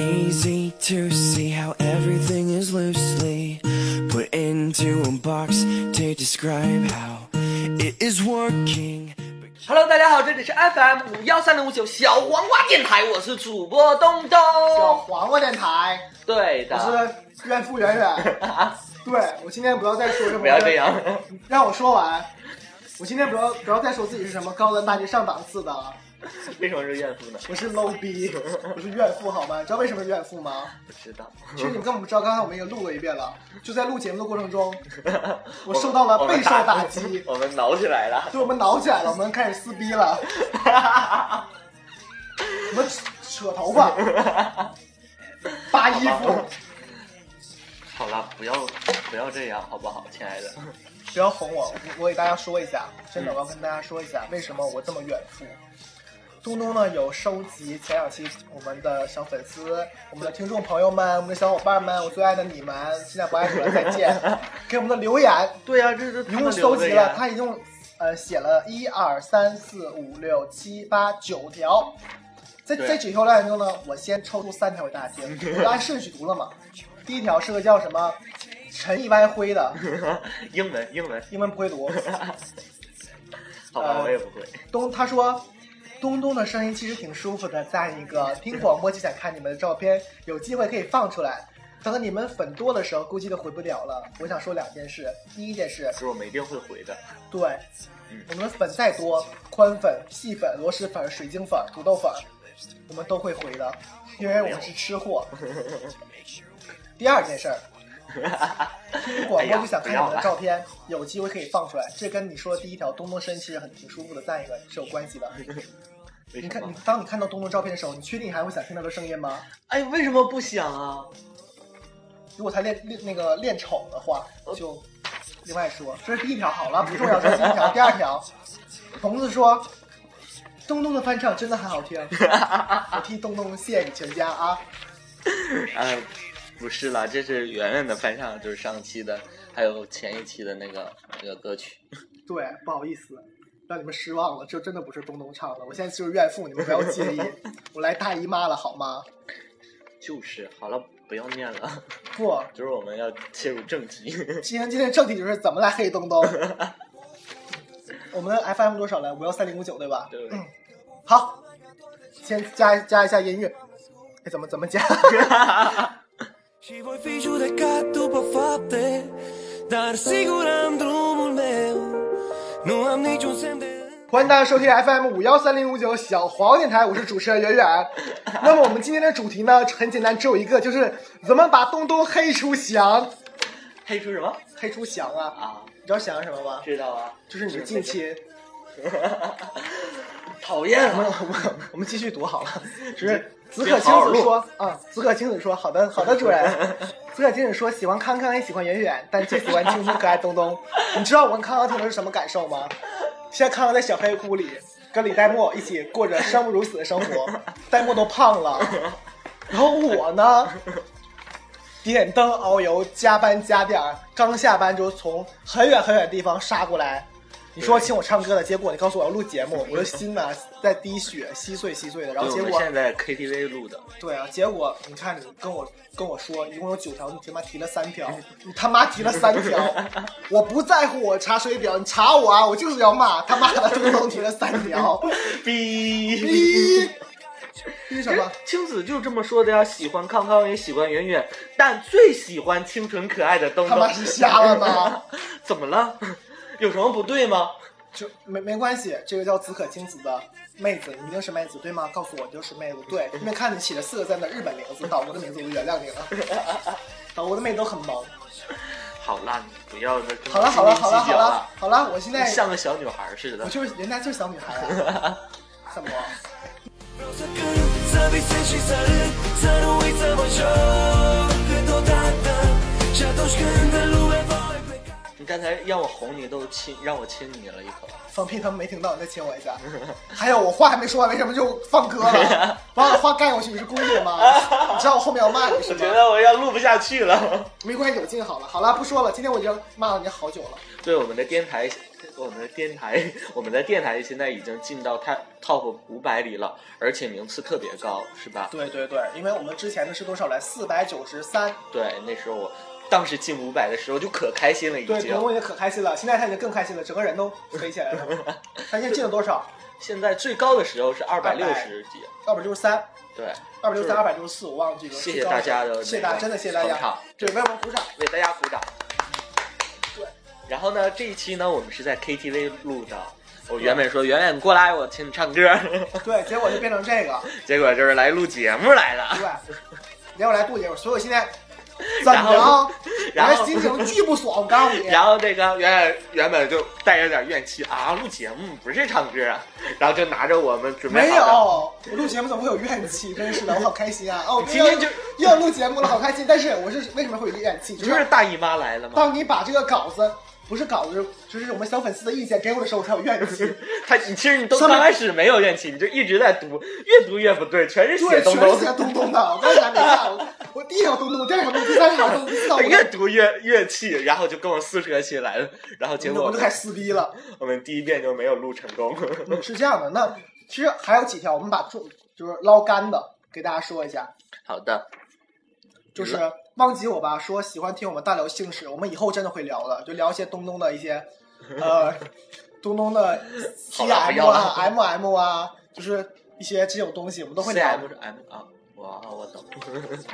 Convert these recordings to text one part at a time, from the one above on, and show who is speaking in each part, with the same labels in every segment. Speaker 1: easy to see how everything is loosely put into a box to describe how it is working.
Speaker 2: Hello，大家好，这里是 FM 五幺三零五九小黄瓜电台，我是主播东
Speaker 3: 叫
Speaker 2: 东。
Speaker 3: 黄瓜电台，
Speaker 2: 对
Speaker 3: 我
Speaker 2: 的，
Speaker 3: 是怨妇圆圆。对我今天不要再说什么，
Speaker 2: 啊不要这样，
Speaker 3: 让我说完。我今天不要不要再说自己是什么高端大气上档次的了，
Speaker 2: 为什么是怨妇呢？
Speaker 3: 我是 low 逼，我是怨妇好吗？你知道为什么是怨妇吗？
Speaker 2: 不知道。
Speaker 3: 其实你们根本不知道，刚才我们也录了一遍了。就在录节目的过程 中，我受到了备受打击，
Speaker 2: 我们挠起来了。
Speaker 3: 对我们挠起来了，我们开始撕逼 了，我们扯扯头 发，扒衣服，
Speaker 2: 好了，不要不要这样，好不好，亲爱的？
Speaker 3: 不要哄我，我我给大家说一下，真的，我要跟大家说一下，为什么我这么远赴。东东呢有收集前两期我们的小粉丝、我们的听众朋友们、我们的小伙伴们，我最爱的你们，现在不爱你了，再 见！给我们的留言，
Speaker 2: 对呀、这是
Speaker 3: 一共收集了，他一共呃写了一二三四五六七八九条，在
Speaker 2: 对
Speaker 3: 在九条留言中呢，我先抽出三条给大家听，我就按顺序读了嘛。第一条是个叫什么陈意歪灰的，
Speaker 2: 英文英文，
Speaker 3: 英文不会读。
Speaker 2: 好吧，
Speaker 3: 呃
Speaker 2: 我也不会。
Speaker 3: 东他说，东东的声音其实挺舒服的。再一个，听广播就想看你们的照片，有机会可以放出来。等你们粉多的时候，估计都回不了了。我想说两件事，第一件事，
Speaker 2: 可是我们一定会回的。
Speaker 3: 对
Speaker 2: 嗯，
Speaker 3: 我们粉再多，宽粉、细粉、螺蛳粉、水晶粉、土豆粉，我们都会回的，因为我们是吃货。第二件事儿，听广
Speaker 2: 哎
Speaker 3: 播
Speaker 2: 呀
Speaker 3: 就想看
Speaker 2: 不要
Speaker 3: 你们
Speaker 2: 了
Speaker 3: 的照片，有机会可以放出来。这跟你说第一条东东身其实很挺舒服的，再一个是有关系的。
Speaker 2: 为
Speaker 3: 你
Speaker 2: 什
Speaker 3: 看，
Speaker 2: 么
Speaker 3: 你？当你看到东东照片的时候，你确定还会想听他的声音吗？
Speaker 2: 哎，为什么不想啊？
Speaker 3: 如果他练练那个练丑的话，就另外说。这是第一条，好了，不重要，这是第一条。第二条，童子说，东东的翻唱真的很好听， 我替东东谢谢你全家啊。
Speaker 2: 呃，不是啦，这是圆圆的翻唱，就是上期的，还有前一期的那个那个歌曲。
Speaker 3: 对，不好意思，让你们失望了，这真的不是东东唱的，我现在就是怨妇，你们不要介意，我来大姨妈了好吗？
Speaker 2: 就是，好了，不要念了，
Speaker 3: 不，
Speaker 2: 就是我们要切入正 题。
Speaker 3: 今天今天正题就是怎么来黑东东。我们的 FM 多少来？五幺三零五九对吧？
Speaker 2: 对
Speaker 3: 嗯好，先加加一下音乐。哎，怎么怎么加？
Speaker 1: Și voi fi judecat după fapte, dar sigur am drumul meu. Nu am niciun semn de...
Speaker 3: 欢迎大家收听 FM 五幺三零五九小黄电台，我是主持人圆圆。那么我们今天的主题呢，很简单，只有一个，就是怎么把东东黑出翔。
Speaker 2: 黑出什么
Speaker 3: 黑出翔啊！
Speaker 2: 啊？
Speaker 3: 你知道翔是什么吗？
Speaker 2: 知道啊，
Speaker 3: 就是你的近亲。
Speaker 2: 讨厌
Speaker 3: 我们
Speaker 2: 啊！
Speaker 3: 我们我们继续读好了。就是紫可青子说啊，紫可青子说，好的好的，主人。紫可青子说喜欢康康也喜欢圆圆，但最喜欢青春可爱东 东。你知道我跟康康听的是什么感受吗？现在康康在小黑屋里跟李代沫一起过着生不如死的生活，代沫都胖了，然后我呢？点灯熬油，加班加点儿，刚下班就从很远很远的地方杀过来。你说请我唱歌的，结果你告诉我要录节目，我的心呢在滴血，稀碎稀碎的。然后
Speaker 2: 对
Speaker 3: 结
Speaker 2: 我们
Speaker 3: 果，
Speaker 2: 现在 KTV 录的，
Speaker 3: 对啊，结果你看你跟我跟我说一共有九条，你他妈提了三条，你他妈提了三条，我不在乎我查水表，你查我啊，我就是要骂他妈的，这个东提了三条，
Speaker 2: 逼。
Speaker 3: 逼，逼什么？
Speaker 2: 青子就这么说的呀，喜欢康康也喜欢圆圆，但最喜欢清纯可爱的东
Speaker 3: 他
Speaker 2: 东。
Speaker 3: 妈是瞎了吗？
Speaker 2: 怎么了？ 有什么不对吗？
Speaker 3: 就没没关系，这个叫紫可青子的妹子，你一定是妹子对吗？告诉我你就是妹子，对，因为看你起了四个字的日本名字，岛国的名字我就原谅你了。 岛国的妹子都很萌。
Speaker 2: 好啦，你不要那
Speaker 3: 好了好了好了好了，好了，我现在
Speaker 2: 像个小女孩似的
Speaker 3: 我。就是人家就是小女孩啊，怎么？
Speaker 1: Vreau să cânt, să visez și să râd Să nu uit să mă joc câteodată Și atunci când în lume voi pleca
Speaker 2: 你刚才让我哄你都亲，让我亲你了一口。
Speaker 3: 放屁，他们没听到，你再亲我一下。还有，我话还没说完，为什么就放歌了？把我话盖过去，你是公主吗？你知道我后面要骂你是
Speaker 2: 我
Speaker 3: 吗
Speaker 2: 觉？得我要录不下去了。
Speaker 3: 没关系，有劲好了。好了，不说了，今天我已经骂了你好久了。
Speaker 2: 对我们的电台，我们的电台， 我们的电台现在已经进到 top top 五百里了，而且名次特别高，是吧？
Speaker 3: 对对对，因为我们之前的是多少来？四百九十三。
Speaker 2: 对，那时候我当时进五百的时候就可开心了，已
Speaker 3: 对，
Speaker 2: 经
Speaker 3: 彤。彤已经可开心了，现在他已经更开心了，整个人都飞起来 了。他现在进了多少？
Speaker 2: 现在最高的时候是二百六十几，
Speaker 3: 二百六十三，
Speaker 2: 对，
Speaker 3: 二百六十三，二
Speaker 2: 就是
Speaker 3: 百六十四，我忘记了。
Speaker 2: 谢谢大家的那个
Speaker 3: 谢谢大家，真的谢谢大
Speaker 2: 捧
Speaker 3: 家
Speaker 2: 场。
Speaker 3: 对，为我们鼓掌。
Speaker 2: 为大家鼓掌。
Speaker 3: 对，
Speaker 2: 然后呢，这一期呢，我们是在 KTV 录的。我原本说圆圆过来，我请你唱歌，
Speaker 3: 对，结果就变成这个。
Speaker 2: 结果就是来录节目来了。
Speaker 3: 对，连我来杜姐，我所以我现 在怎
Speaker 2: 然
Speaker 3: 么
Speaker 2: 后
Speaker 3: 着？
Speaker 2: 然
Speaker 3: 我
Speaker 2: 后
Speaker 3: 这心情巨不爽，我告诉你。
Speaker 2: 然后这个圆圆原本就带着点怨气啊，录节目不是唱歌啊，然后就拿着我们准备
Speaker 3: 没有，
Speaker 2: 好
Speaker 3: 我录节目怎么会有怨气？真是的，我好开心啊！哦，
Speaker 2: 今天就
Speaker 3: 又要录节目了，好开心。但是我是为什么会有怨气？
Speaker 2: 的，
Speaker 3: 就
Speaker 2: 就是
Speaker 3: 是
Speaker 2: 大姨妈来了嘛，
Speaker 3: 当你把这个稿子，不是稿子，就是我们小粉丝的意见给我的时候，我才有怨气。
Speaker 2: 她你其实你都
Speaker 3: 上
Speaker 2: 刚
Speaker 3: 面
Speaker 2: 开始没有怨气，你就一直在读，越读越不对，全是
Speaker 3: 对，
Speaker 2: 血
Speaker 3: 全
Speaker 2: 东
Speaker 3: 是
Speaker 2: 东，
Speaker 3: 血咚咚的，我当时还没看，我我第一条咚咚，第二条咚咚，第三条咚咚，第四条
Speaker 2: 她
Speaker 3: 咚
Speaker 2: 越
Speaker 3: 咚，
Speaker 2: 读越越气，然后就跟我撕扯起来了，然后结果
Speaker 3: 我就开始撕逼了。
Speaker 2: 我们第一遍就没有录成功。
Speaker 3: 嗯，是这样的，那其实还有几条，我们把重就是捞干的给大家说一下，
Speaker 2: 好的，
Speaker 3: 就是
Speaker 2: 嗯
Speaker 3: 忘记我吧，说喜欢听我们大聊姓氏，我们以后真的会聊的，就聊一些东东的一些，呃，东东的 C
Speaker 2: 好了不
Speaker 3: M
Speaker 2: 要了
Speaker 3: 啊，M M 啊，就是一些这种东西，我们都会
Speaker 2: C
Speaker 3: 聊
Speaker 2: M。是 M 啊，哇，我懂。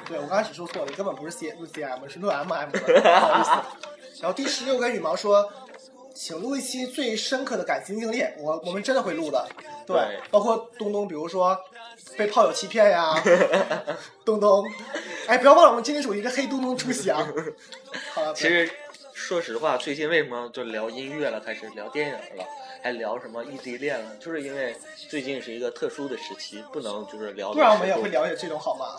Speaker 3: 对我刚开始说错了，根本不是 C 录 C M，是录 M M 的，不好意思。然后第十六跟羽毛说，请录一期最深刻的感情经历，我我们真的会录的。对，
Speaker 2: 对
Speaker 3: 包括东东，比如说被炮友欺骗 呀，东东，哎，不要忘了我们今天主题是黑东东出席 啊。好了，
Speaker 2: 其实说实话，最近为什么就聊音乐了，开始聊电影了，还聊什么异地恋了，就是因为最近是一个特殊的时期，不能就是聊。
Speaker 3: 不然我们也会，聊解这种好吗？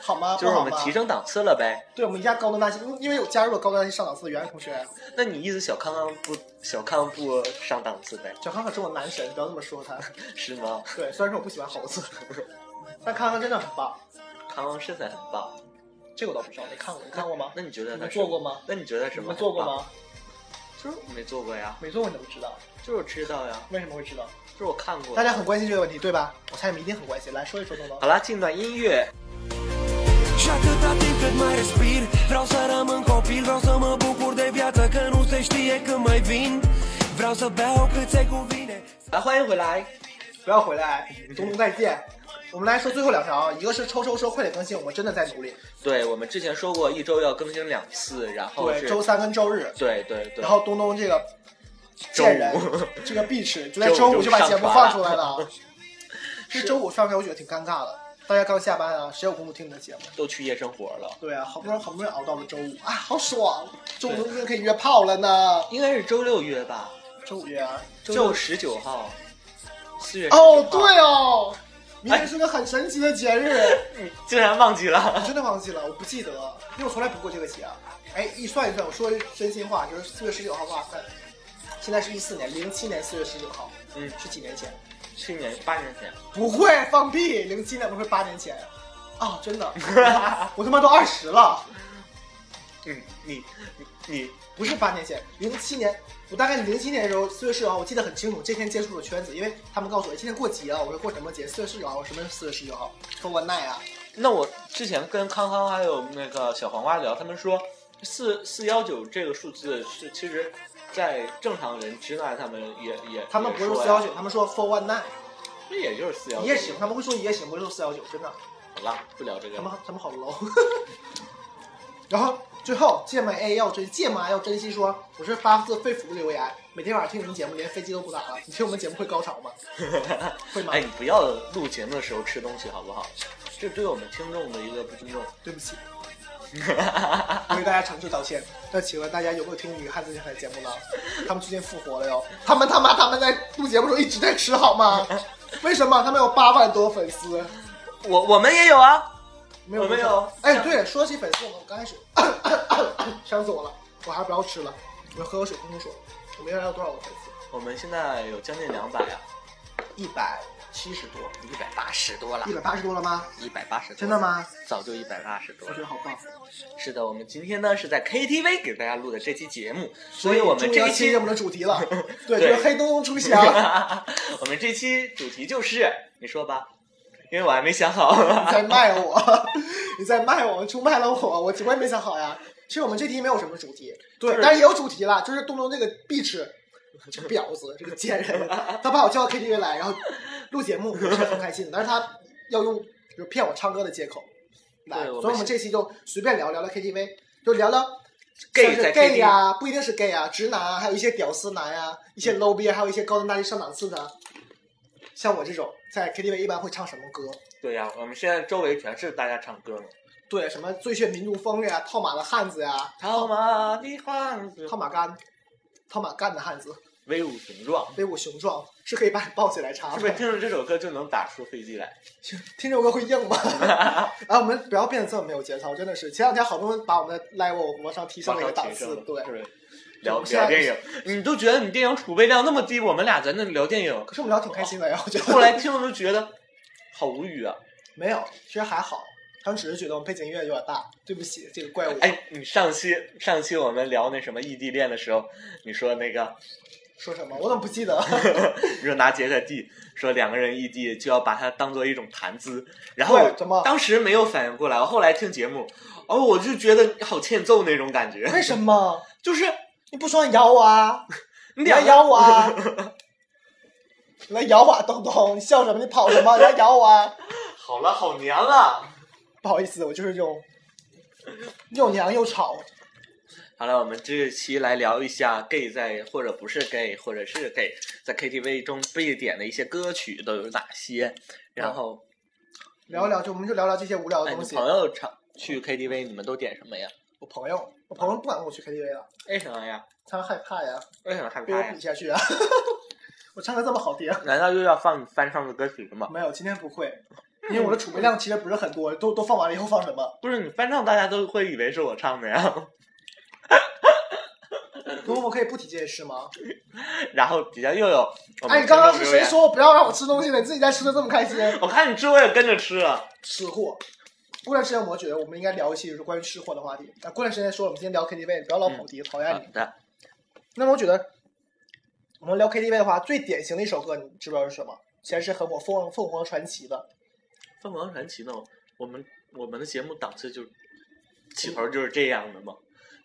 Speaker 3: 好吗？
Speaker 2: 就是我
Speaker 3: 不
Speaker 2: 们
Speaker 3: 好吗
Speaker 2: 提升档次了呗。
Speaker 3: 对，我们一下高端大气，因为因为有加入了高端大气上档次的袁同学，
Speaker 2: 那你意思小康康不小康不上档次呗？
Speaker 3: 小康可是我男神，不要这么说他。
Speaker 2: 是吗？
Speaker 3: 对，虽然说我不喜欢猴子，但康康真的很棒，
Speaker 2: 康康身材很棒，
Speaker 3: 这个我倒不知道，没看过，你看过吗？
Speaker 2: 那你觉得
Speaker 3: 你
Speaker 2: 他
Speaker 3: 们
Speaker 2: 是
Speaker 3: 做过？吗？
Speaker 2: 那你觉得
Speaker 3: 你
Speaker 2: 什么？
Speaker 3: 们做过？吗？
Speaker 2: 就是没做过呀，
Speaker 3: 没做过你怎么知道？
Speaker 2: 就是知道呀，
Speaker 3: 为什么会知道？
Speaker 2: 就是我看过。
Speaker 3: 大家很关心这个问题，对吧？我猜你们一定很关心，来说一说东东
Speaker 2: 好。啦，进段音乐。
Speaker 1: Și-atâta timp cât mai respir Vreau să rămân copil, vreau să mă bucur de viață Că nu se știe când mai vin Vreau să beau cât se cuvine
Speaker 2: 来，欢迎回来。
Speaker 3: 不要回来，东东再见。我们来说最后两条啊，一个是抽抽说快点更新，我们真的在努力。
Speaker 2: 对，我们之前说过一周要更新两次，然后
Speaker 3: 对，
Speaker 2: 哦是
Speaker 3: 周三跟周日，
Speaker 2: 对对对，
Speaker 3: 然后东东这个
Speaker 2: 周
Speaker 3: 贱人
Speaker 2: 五，
Speaker 3: 这个 bitch 就在
Speaker 2: 周
Speaker 3: 周
Speaker 2: 五
Speaker 3: 五就把
Speaker 2: 上
Speaker 3: 节目
Speaker 2: 传
Speaker 3: 放
Speaker 2: 了
Speaker 3: 出来了 啊。这周五上出来，我觉得挺尴尬的。大家刚下班啊，谁有功夫听你的节目？
Speaker 2: 都去夜生活了，
Speaker 3: 对啊，好不容易好不容易熬到了周五啊，好爽！周五可以约炮了呢。
Speaker 2: 应该是周六约吧，
Speaker 3: 周五约啊，周
Speaker 2: 周
Speaker 3: 六
Speaker 2: 十九号，四月
Speaker 3: 哦，
Speaker 2: 19号，
Speaker 3: 对哦，明天是个很神奇的节日，
Speaker 2: 你竟然忘记
Speaker 3: 我
Speaker 2: 了，
Speaker 3: 真的忘记了，我不记得，因为我从来不过这个节。哎，一算一算，我说真心话，就是四月十九号，哇塞，现在是一四年，零七年四月十九号，
Speaker 2: 嗯，
Speaker 3: 是几年前？
Speaker 2: 去年八年前，
Speaker 3: 不会放屁，零七年不会八年前，啊，真的，我他妈都二十了，
Speaker 2: 嗯，你你你
Speaker 3: 不是八年前，零七年，我大概零七年的时候，四月十九号，我记得很清楚，这天接触了圈子，因为他们告诉我今天过节了，我说过什么节？四月十九号，什么是四月十九号？说我奈啊，
Speaker 2: 那我之前跟康康还有那个小黄瓜聊，他们说四四幺九这个数字是其实，在正常人之外，他们也也
Speaker 3: 他们不是
Speaker 2: 也说
Speaker 3: 四
Speaker 2: 呀
Speaker 3: 幺九，他们说 four one nine
Speaker 2: 那也就是四幺
Speaker 3: 一
Speaker 2: 九
Speaker 3: 夜情，他们会说一夜情，不会说四幺九，真的，
Speaker 2: 好了，不聊这个
Speaker 3: 他
Speaker 2: 了
Speaker 3: 们。他们好 low。然后最后芥末 A 要珍芥末要珍惜说，我是发自肺腑的留言，每天晚上听你们节目，连飞机都不打了。你听我们节目会高潮吗？ 会吗
Speaker 2: 哎，？你不要录节目的时候吃东西好不好？这对我们听众的一个不尊重。
Speaker 3: 对不起， 我为大家诚挚道歉。那请问大家有没有听女汉子电台的节目呢？他们最近复活了哟！他们他妈他们在录节目的时候一直在吃好吗？为什么他们有八万多粉丝？
Speaker 2: 我我们也有啊，
Speaker 3: 没有
Speaker 2: 我没
Speaker 3: 多少
Speaker 2: 有
Speaker 3: 哎，对，说起粉丝，我刚开始伤死我了，我还是不要吃了。我喝口水，听听水。我们原来有多少个粉丝？
Speaker 2: 我们现在有将近两百啊，
Speaker 3: 一百七十多，
Speaker 4: 一百八十多了
Speaker 3: 一，百八十多了吗？
Speaker 4: 一百八十，
Speaker 3: 真的？吗？
Speaker 4: 早就一百八十多
Speaker 3: 我
Speaker 4: 了。
Speaker 3: 觉得好棒。
Speaker 4: 是的，我们今天呢是在 KTV 给大家录的这期节目，所
Speaker 3: 以
Speaker 4: 以我
Speaker 3: 终
Speaker 4: 们
Speaker 3: 于
Speaker 4: 这
Speaker 3: 要
Speaker 4: 一
Speaker 3: 切
Speaker 4: 期
Speaker 3: 入我们的主题了，对，
Speaker 2: 对
Speaker 3: 就是黑洞洞出翔，
Speaker 4: 我们这期主题就是，你说吧，因为我还没想好。
Speaker 3: 你在卖我，你在卖我，出卖了我，我我也没想好呀。其实我们这题没有什么主题，
Speaker 2: 对
Speaker 3: 但是也有主题啦，就是东东这个壁纸，这个婊子，这个贱人， 他把我叫到 KTV 来，然后录节目，我是很开心的，但是他要用就是骗我唱歌的借口来，
Speaker 2: 对我们
Speaker 3: 所以我们这期就随便聊聊聊 KTV，就聊聊
Speaker 4: gay
Speaker 3: 像
Speaker 4: 在
Speaker 3: 是
Speaker 4: KTV
Speaker 3: gay 呀、不一定是 gay 啊，直男啊，还有一些屌丝男呀、一些 low 逼，还有一些高端大气上档次的，像我这种在 KTV 一般会唱什么歌？
Speaker 2: 对呀、我们现在周围全是大家唱歌呢。
Speaker 3: 对，什么《最炫民族风》呀，《套马的汉子》呀，
Speaker 2: 套马的汉子
Speaker 3: 《套，马杆》，《套马杆的汉子》，
Speaker 2: 威武雄壮，
Speaker 3: 威武雄壮，是可以把你抱起来插的
Speaker 2: 是不。是听着这首歌就能打出飞机来？
Speaker 3: 听这首歌会硬吗？ 啊，我们不要变得这么没有节操，真的是。前两天好不容易把我们的 level 往上提升了一个档
Speaker 2: 马上提升
Speaker 3: 次对。
Speaker 2: 了，是不是聊
Speaker 3: 我现在
Speaker 2: 聊电影，你都觉得你电影储备量那么低，我们俩在那里聊电影，
Speaker 3: 可是我们聊挺开心的呀，我觉得。
Speaker 2: 后来听了都觉得好无语啊！
Speaker 3: 没有，其实还好，他们只是觉得我们背景音乐有点大，对不起，这个怪我。
Speaker 2: 哎，你上期上期我们聊那什么异地恋的时候，你说那个
Speaker 3: 说什么？我怎么不记 得？
Speaker 2: 你说拿杰克地说两个人异地就要把它当做一种谈资，然后
Speaker 3: 对怎么
Speaker 2: 当时没有反应过来，我后来听节目，哦，我就觉得好欠揍那种感觉，
Speaker 3: 为什么？
Speaker 2: 就是
Speaker 3: 你不说你咬我啊？
Speaker 2: 你
Speaker 3: 你来
Speaker 2: 俩
Speaker 3: 咬我 啊！你来咬我啊，东东，你笑什么？你跑什么？你来咬我啊！
Speaker 2: 好了，好娘啊！
Speaker 3: 不好意思，我就是 这种又娘又吵。
Speaker 2: 好了，我们这期来聊一下 gay 在或者不是 gay 或者是 gay 在 KTV 中必点的一些歌曲都有哪些，然后
Speaker 3: 聊一聊就我们就聊聊这些无聊的
Speaker 2: 哎，
Speaker 3: 东
Speaker 2: 你
Speaker 3: 西。
Speaker 2: 朋友常去 KTV 你们都点什么呀？
Speaker 3: 我朋友，我朋友不敢跟我去 KTV 了，
Speaker 2: 为什么呀？
Speaker 3: 他害怕呀，
Speaker 2: 为什么害
Speaker 3: 被
Speaker 2: 怕
Speaker 3: 我
Speaker 2: 呀
Speaker 3: 比？下去啊！ 我唱歌这么好听，
Speaker 2: 难道又要放你翻唱的歌曲吗？
Speaker 3: 没有，今天不会，因为我的储备量其实不是很多，都都放完了以后放什么？
Speaker 2: 不是你翻唱，大家都会以为是我唱的呀。 嗯
Speaker 3: 可我可以不提这件事吗？
Speaker 2: 然后底下又有我们
Speaker 3: 哎，你刚刚
Speaker 2: 听
Speaker 3: 是
Speaker 2: 众留
Speaker 3: 谁
Speaker 2: 言？
Speaker 3: 说我不要让我吃东西的？你自己在吃的这么开心，
Speaker 2: 我看你吃，我也跟着吃了。
Speaker 3: 吃货。过段时间我觉得我们应该聊一期就是关于吃货的话题。啊，过段时间说了，我们今天聊 KTV，不要老跑题，讨厌
Speaker 2: 嗯好
Speaker 3: 你。
Speaker 2: 的，
Speaker 3: 那么我觉得我们聊 KTV 的话，最典型的一首歌，你知不知道是什么？其实是和我凤凤凰传奇的。
Speaker 2: 《凤凰传奇》呢，我们我们的节目档次就起头就是这样的嘛，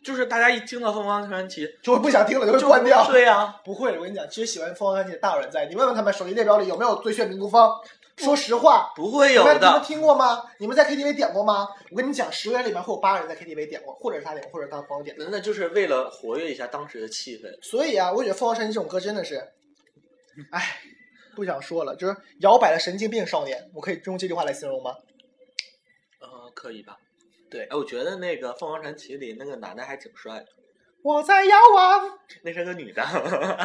Speaker 2: 就是大家一听到《凤凰传奇》
Speaker 3: 就会不想听了，就会
Speaker 2: 就
Speaker 3: 关掉。
Speaker 2: 对呀、
Speaker 3: 不会，我跟你讲，其实喜欢凤凰传奇的大有人在。你问问他们手机列表里有没有《最炫民族风》？说实话，
Speaker 2: 不会
Speaker 3: 你
Speaker 2: 有
Speaker 3: 们你们
Speaker 2: 的。
Speaker 3: 听过吗？你们在 KTV 点过吗？我跟你讲，十个人里面会有八个人在 KTV 点过，或者是他点过，或者是他朋友点的。
Speaker 2: 那就是为了活跃一下当时的气氛。
Speaker 3: 所以啊，我觉得凤凰传奇这种歌真的是，哎，不想说了，就是摇摆的神经病少年，我可以用这句话来形容吗？
Speaker 2: 呃，可以吧？对，哎，我觉得那个《凤凰传奇》里那个男的还挺帅的，
Speaker 3: 我在遥望
Speaker 2: 那是个女 的。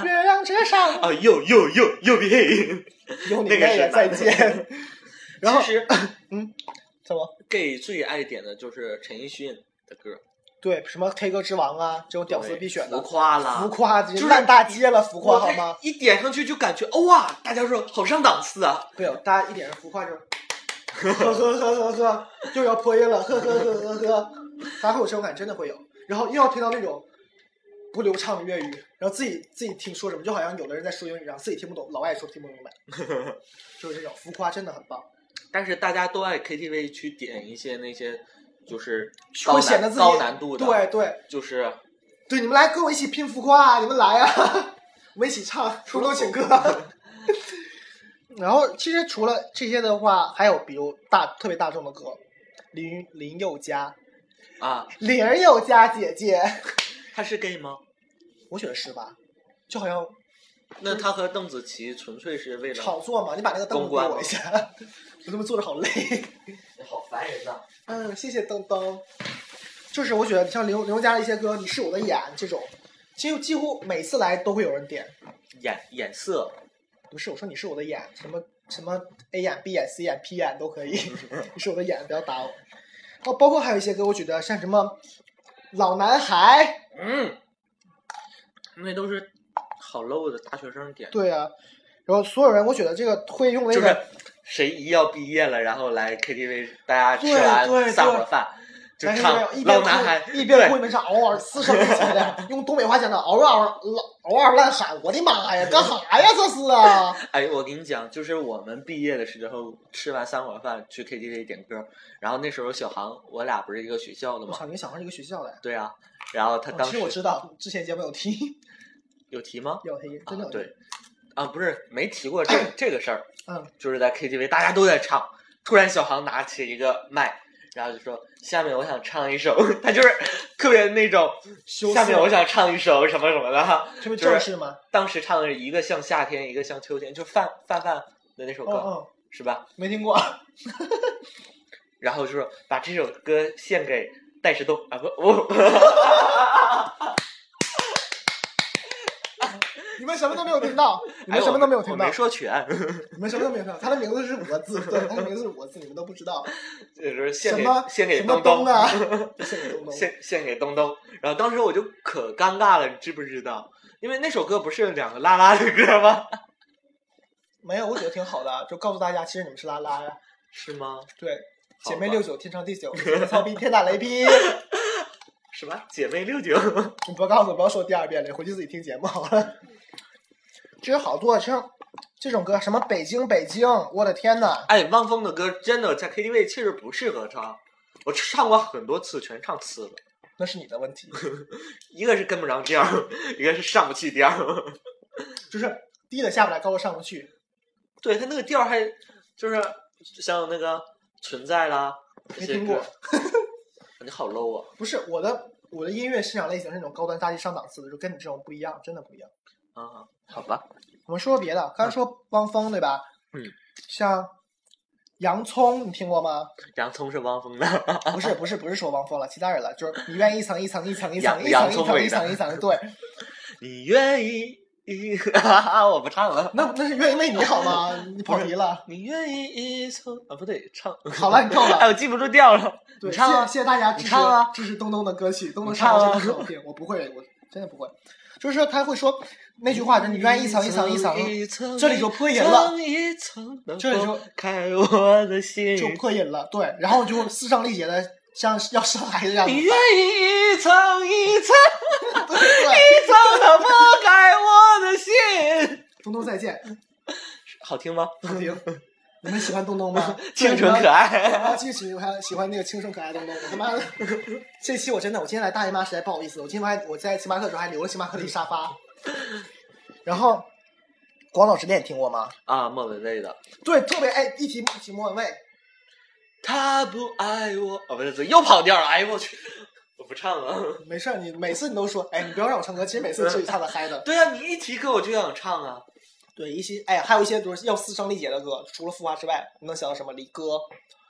Speaker 3: 月亮之上，
Speaker 2: 哦，又又又又嘿。
Speaker 3: 有你
Speaker 2: 那个
Speaker 3: 妹呀！
Speaker 2: 是
Speaker 3: 再
Speaker 2: 男的
Speaker 3: 见。 然后
Speaker 2: 其实
Speaker 3: 什么？
Speaker 2: gay 最爱点的就是陈奕迅的歌，
Speaker 3: 对，什么 K 歌之王啊，这种屌丝
Speaker 2: 对
Speaker 3: 必选的
Speaker 2: 浮。夸啦，
Speaker 3: 浮夸，
Speaker 2: 是
Speaker 3: 烂大街了，浮夸好吗？？
Speaker 2: 一点上去就感觉哦哇，大家说好上档次啊！
Speaker 3: 没有，大家一点上浮夸就是，呵呵呵呵呵，又要破音了，呵呵呵呵呵，大家会有这种感觉，真的会有。然后又要听到那种不流畅的粤语，然后自己自己听说什么，就好像有的人在说英语，然后自己听不懂，老外说听不明白， 就是这种浮夸真的很棒，
Speaker 2: 但是大家都爱 KTV 去点一些那些就是高
Speaker 3: 会显得
Speaker 2: 难
Speaker 3: 自己
Speaker 2: 高难度的，，
Speaker 3: 对对
Speaker 2: 就是
Speaker 3: 对，你们来跟我一起拼浮夸、啊，你们来啊， 我们一起唱，主动请客。然后其实除了这些的话，还有比如大特别大众的歌，林林宥嘉。
Speaker 2: 啊，
Speaker 3: 玲儿有家姐姐，
Speaker 2: 他是 gay 吗？
Speaker 3: 我觉得是吧？就好像
Speaker 2: 那
Speaker 3: 嗯
Speaker 2: 他和邓紫棋纯粹是为了
Speaker 3: 炒作嘛，你把那个凳子
Speaker 2: 公
Speaker 3: 给
Speaker 2: 关嘛
Speaker 3: 我一下， 我他妈坐着好累。
Speaker 2: 好烦人呐！
Speaker 3: 嗯，谢谢灯灯。就是我觉得像林宥林宥嘉的一些歌，《你是我的眼》这种，几乎几乎每次来都会有人点。
Speaker 2: 眼眼色，
Speaker 3: 不是，我说你是我的眼，什么什么 A 眼、B 眼、C 眼、P 眼都可 以，你是我的眼，不要打我。哦，包括还有一些歌，我觉得像什么《老男孩》，
Speaker 2: 嗯，
Speaker 5: 那都是好 low 的大学生点，
Speaker 3: 对啊，然后所有人，我觉得这个会用那
Speaker 2: 就是
Speaker 3: 个，
Speaker 2: 谁一要毕业了，然后来 KTV，大家吃
Speaker 3: 对对
Speaker 2: 完散伙饭，就
Speaker 3: 但是
Speaker 2: 唱
Speaker 3: 一边
Speaker 2: 老
Speaker 3: 哭
Speaker 2: 男孩，
Speaker 3: 一边哭
Speaker 2: 对
Speaker 3: 一边唱，嗷嗷嘶声力竭的， 用东北话讲的嗷嗷嗷嗷嗷乱喊，我的妈呀，干啥呀这是啊？
Speaker 2: 哎，我跟你讲，就是我们毕业的时候吃完散伙饭去 KTV 点歌，然后那时候小航我俩不是一个学校的
Speaker 3: 我
Speaker 2: 吗？
Speaker 3: 操，你小孩是一个学校的。
Speaker 2: 对啊，然后他
Speaker 3: 哦
Speaker 2: 当
Speaker 3: 其
Speaker 2: 时
Speaker 3: 实我知道，之前节目有提，
Speaker 2: 有提吗？
Speaker 3: 有提，真的有
Speaker 2: 啊
Speaker 3: 提。
Speaker 2: 对，啊不是没提 过这这个事儿，
Speaker 3: 嗯，
Speaker 2: 就是在 KTV 大家都在唱，突然小航拿起一个麦，然后就说下面我想唱一首， 他就是特别那种
Speaker 3: 羞涩
Speaker 2: 下面我想唱一首什么什么的哈，
Speaker 3: 这不
Speaker 2: 就是
Speaker 3: 正式吗？
Speaker 2: 当时唱的是一个像夏天，一个像秋天，就范范范的那首歌、
Speaker 3: 哦哦，
Speaker 2: 是吧？
Speaker 3: 没听过。
Speaker 2: 然后就说把这首歌献给戴石栋啊不我。
Speaker 3: 你们什么都没有听到，你们
Speaker 2: 哎
Speaker 3: 什么都没有
Speaker 2: 我
Speaker 3: 听
Speaker 2: 我
Speaker 3: 到
Speaker 2: 没，说全，
Speaker 3: 你们什么都没有听到。他的名字是五个字，对，他的名字是五个字，你们都不知道。
Speaker 2: 就是献
Speaker 3: 什
Speaker 2: 给
Speaker 3: 么
Speaker 2: 献给
Speaker 3: 什么
Speaker 2: 东
Speaker 3: 东
Speaker 2: 东
Speaker 3: 啊？献给东东。
Speaker 2: 献献给东东。然后当时我就可尴尬了，你知不知道？因为那首歌不是两个拉拉的歌吗？
Speaker 3: 没有，我觉得挺好的，就告诉大家，其实你们是拉拉呀。
Speaker 2: 是吗？
Speaker 3: 对，
Speaker 2: 好
Speaker 3: 姐
Speaker 2: 吧
Speaker 3: 妹六九天长地久，姐妹操逼天打雷劈。
Speaker 2: 什么姐妹六九？
Speaker 3: 你不要告诉我，不要说第二遍了，你回去自己听节目好了。 其实好多像这种歌，什么北京北京，我的天呐，
Speaker 2: 哎，汪峰的歌真的在 KTV 其实不适合唱，我唱过很多次，全唱次了。
Speaker 3: 那是你的问 题。
Speaker 2: 一个是跟不上调儿，一个是上不去调儿。
Speaker 3: 就是低的下不来，高的上不去。
Speaker 2: 对他那个调儿还就是像那个存在啦，
Speaker 3: 没听过
Speaker 2: 这些歌。你好 low 啊！
Speaker 3: 不是我的，我的音乐欣赏类型是那种高端大气上档次的，就跟你这种不一样，真的不一样。
Speaker 2: 啊，好吧，
Speaker 3: 我们说说别的，刚才说汪峰对吧？
Speaker 2: 嗯，
Speaker 3: 像洋葱，你听过吗？
Speaker 2: 洋葱是汪峰的，
Speaker 3: 不是，不是，不是说汪峰了，其他人了，就是你愿意一层一层一层一层
Speaker 2: 洋
Speaker 3: 一层
Speaker 2: 洋
Speaker 3: 一
Speaker 2: 葱
Speaker 3: 层
Speaker 2: 味
Speaker 3: 一层
Speaker 2: 的
Speaker 3: 一层， 对，
Speaker 2: 你愿意？ 我不唱了。
Speaker 3: 那那是愿意为你好吗？你跑题了。
Speaker 2: 你愿意一层啊？不对，唱
Speaker 3: 好了，你够
Speaker 2: 哎，
Speaker 3: 了。
Speaker 2: 我记不住调了。
Speaker 3: 对，
Speaker 2: 你唱啊
Speaker 3: 谢谢谢大家
Speaker 2: 你
Speaker 3: 支持
Speaker 2: 唱啊
Speaker 3: 支持东东的歌曲，东东
Speaker 2: 你
Speaker 3: 唱
Speaker 2: 唱
Speaker 3: 歌
Speaker 2: 啊
Speaker 3: 真的很好听，我不会，我真的不会。就是他会说那句话，就是你愿意一层一层一层，
Speaker 2: 一层
Speaker 3: 这里就破音了
Speaker 2: 一层一层
Speaker 3: 这里就
Speaker 2: 开我的心。
Speaker 3: 就破音了，对，然后就撕声力竭的像要生孩子一样地
Speaker 2: 你
Speaker 3: 喊，
Speaker 2: 愿意一层一层
Speaker 3: 对对，
Speaker 2: 一层的剥开我的心，
Speaker 3: 东东再见，
Speaker 2: 好听吗？
Speaker 3: 好听。 你们喜欢东东吗？
Speaker 2: 清纯可爱。
Speaker 3: 啊，继续喜欢喜欢那个清纯可爱的东东。我他妈的，这期我真的，我今天来大姨妈实在不好意思，我今天还我在星巴克的时候还留了星巴克的一沙发。然后，《广岛之恋》听过吗？
Speaker 2: 啊，莫文蔚的。
Speaker 3: 对，特别哎，一提一提莫文蔚，
Speaker 2: 他不爱我，哦，不是，又跑调了。哎呦我去，我不唱了。
Speaker 3: 没事儿，你每次你都说，哎，你不要让我唱歌，其实每次自己唱的嗨的。
Speaker 2: 对啊，你一提歌我就想唱啊。
Speaker 3: 对，一些哎，还有一些就是要撕声力竭的歌，除了《浮华》之外，你能想到什么？离歌、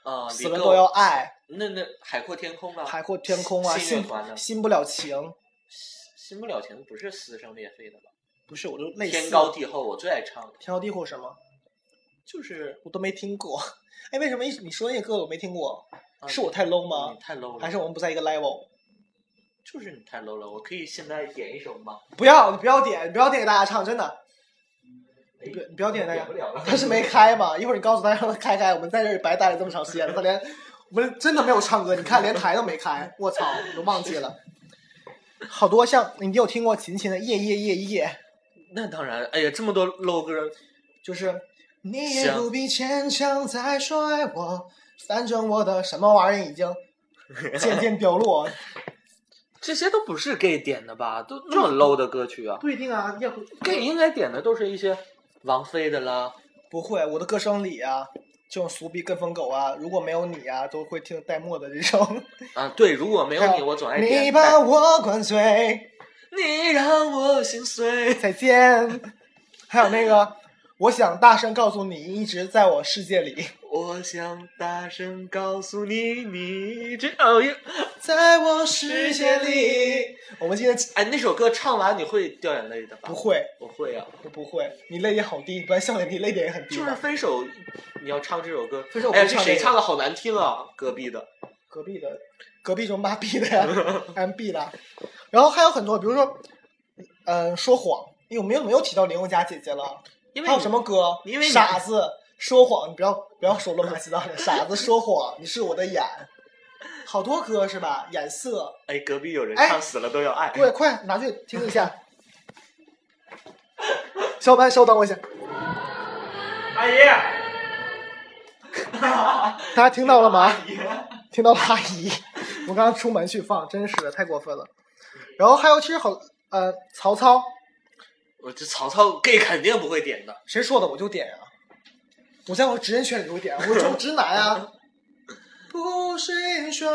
Speaker 2: 啊，李
Speaker 3: 死了
Speaker 2: 哥
Speaker 3: 都要爱、
Speaker 2: 那那海阔天空啊，
Speaker 3: 海阔天空啊、
Speaker 2: 信乐
Speaker 3: 新
Speaker 2: 团的
Speaker 3: 新不了情，
Speaker 2: 新不了情不是撕声裂肺的吧？
Speaker 3: 不是，我就类似
Speaker 2: 天高地厚，我最爱唱的
Speaker 3: 天高地厚什么？
Speaker 2: 就是
Speaker 3: 我都没听过。 哎，为什么一你说那个歌我没听过？
Speaker 2: 啊
Speaker 3: 是我太 low 吗
Speaker 2: 你？太 low 了，
Speaker 3: 还是我们不在一个 level？
Speaker 2: 就是你太 low 了？我可以现在点一首吗？
Speaker 3: 不要，你不要点，你不要点给大家唱，真的，你不你不要点大家
Speaker 2: 点不了了。
Speaker 3: 他是没开嘛？一会儿你告诉他让他开开，我们在这里白待了这么长时间了，他连我们真的没有唱歌，你看连台都没开，我操，我都忘记了。好多像你有听过秦琴的《夜夜夜夜》，
Speaker 2: 那当然，哎呀，这么多 low 歌，
Speaker 3: 就是你也不必牵强再说爱我，反正我的什么玩意儿已 经渐啊渐凋落。
Speaker 2: 这些都不是 gay 点的吧？都那么 low 的歌曲啊
Speaker 3: 不一定啊，要不
Speaker 2: ，gay 应该点的都是一些王菲的啦。
Speaker 3: 不会，我的歌声里啊，这种俗逼跟风狗啊，如果没有你啊，都会听戴墨的这种。
Speaker 2: 啊，对，如果没有 你，我总爱点。
Speaker 3: 你把我灌醉，
Speaker 2: 你让我心碎。
Speaker 3: 再见。还有那个，我想大声告诉你，一直在我世界里，
Speaker 2: 我想大声告诉你，你这哦耶！
Speaker 3: 在我世界里。我们今天
Speaker 2: 哎，那首歌唱完你会掉眼泪的吧？
Speaker 3: 不，会，
Speaker 2: 我会啊。
Speaker 3: 我不会。你泪点好低，你不要笑脸，你泪点也很低
Speaker 2: 就
Speaker 3: 吗。
Speaker 2: 是分手，你要唱这首歌。
Speaker 3: 分手
Speaker 2: 哎呀，
Speaker 3: 不
Speaker 2: 这
Speaker 3: 唱
Speaker 2: 谁
Speaker 3: 这个
Speaker 2: 唱的好难听啊？隔壁的
Speaker 3: 隔壁的，隔壁中妈逼的呀，M B 的，然后还有很多，比如说，嗯、说谎，因为我们又没有提到林宥嘉姐姐了。
Speaker 2: 因为
Speaker 3: 还有什么歌？
Speaker 2: 因为你
Speaker 3: 傻子说谎，你不要不要说乱七八糟的。啊 傻子说谎，你是我的眼。好多歌是吧？眼色，
Speaker 2: 哎，隔壁有人
Speaker 3: 哎
Speaker 2: 唱死了都要 爱，
Speaker 3: 对，快拿去听一下。 小伙伴，稍等我一下，
Speaker 2: 阿姨，
Speaker 3: 大家听到了吗？
Speaker 2: 姨，
Speaker 3: 听到了阿姨，我刚刚出门去放，真是的，太过分了。然后还有其实好，呃，曹操
Speaker 2: 我这曹操 gay 肯定不会点的，
Speaker 3: 谁说的我就点啊，我在我直人圈里就点，我就直男 啊。不是英雄，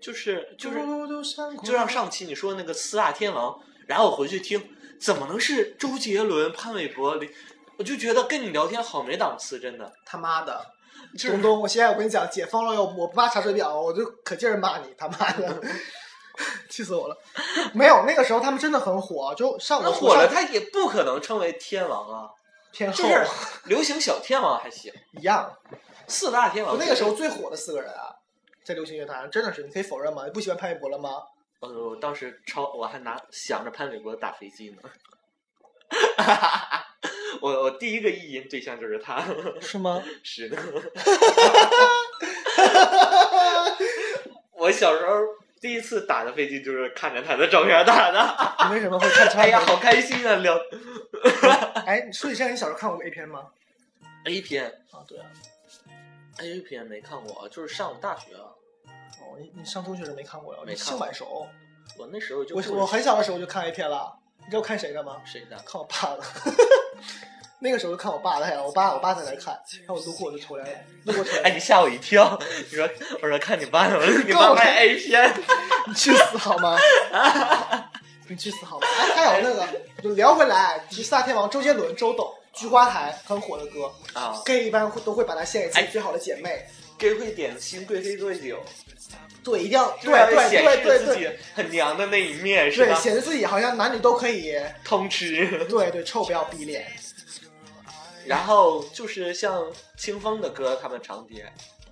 Speaker 2: 就是就是
Speaker 3: 孤独山
Speaker 2: 就像上期你说那个四大天王，然后我回去听，怎么能是周杰伦、潘玮柏？林我就觉得跟你聊天好没档次，真的。
Speaker 3: 他妈的，
Speaker 2: 就是
Speaker 3: 东东，我现在我跟你讲，解放了我，我不怕查水表，我就可劲儿骂你，他妈的，气死我了。没有，那个时候他们真的很火，就上
Speaker 2: 那
Speaker 3: 我
Speaker 2: 火了，
Speaker 3: 上
Speaker 2: 他也不可能称为天王啊，
Speaker 3: 天
Speaker 2: 就
Speaker 3: 后
Speaker 2: 是流行小天王还行，
Speaker 3: 一样。
Speaker 2: 四大天
Speaker 3: 就
Speaker 2: 王
Speaker 3: 那个时候，最火的四个人啊，在流行乐坛真的是，你可以否认吗？你不喜欢潘玮柏了吗？
Speaker 2: 呃，我当时超我还拿想着潘玮柏打飞机呢。 我我第一个意淫对象就是他，
Speaker 3: 是吗？
Speaker 2: 是的。 我小时候第一次打的飞机就是看着他的照片打的，
Speaker 3: 你为什么会看
Speaker 2: 哎
Speaker 3: 穿？
Speaker 2: 呀，好开心啊！聊
Speaker 3: 哎，你说起这个，你小时候看过 A 片吗？
Speaker 2: A 片
Speaker 3: 啊，对啊，
Speaker 2: ，A 片没看过，就是上我大学啊，
Speaker 3: 哦，你你上中学时候没看过呀？
Speaker 2: 没
Speaker 3: 你
Speaker 2: 看
Speaker 3: 性
Speaker 2: 过
Speaker 3: 晚熟。
Speaker 2: 我那时候就
Speaker 3: 我我很小的时候就看 A 片了，你知道我看谁的吗？
Speaker 2: 谁的？
Speaker 3: 看我爸的。 那个时候就看我爸的哎呀，我爸我爸在那看，然后我路过我就出来了， 路过出来
Speaker 2: 哎，你吓我一跳！你说，我说看你爸呢，我说你爸拍 A 片，
Speaker 3: 你去死好吗？ 你去死好吗？哎，还有那个，就聊回来，就是四大天王周杰伦、周董、菊花台很火的歌
Speaker 2: 啊
Speaker 3: ，gay 一般会都会把它献给自己
Speaker 2: 哎
Speaker 3: 最好的姐妹，
Speaker 2: 给会点心，贵妃醉酒，
Speaker 3: 对，一定要
Speaker 2: 就
Speaker 3: 对
Speaker 2: 是要
Speaker 3: 对
Speaker 2: 显
Speaker 3: 对
Speaker 2: 示
Speaker 3: 对
Speaker 2: 自
Speaker 3: 对
Speaker 2: 己很娘的那一面，是
Speaker 3: 对，
Speaker 2: 吧？
Speaker 3: 显示自己好像男女都可以，
Speaker 2: 通吃。
Speaker 3: 对对，臭不要逼脸，
Speaker 2: 然后就是像清风的歌，他们常点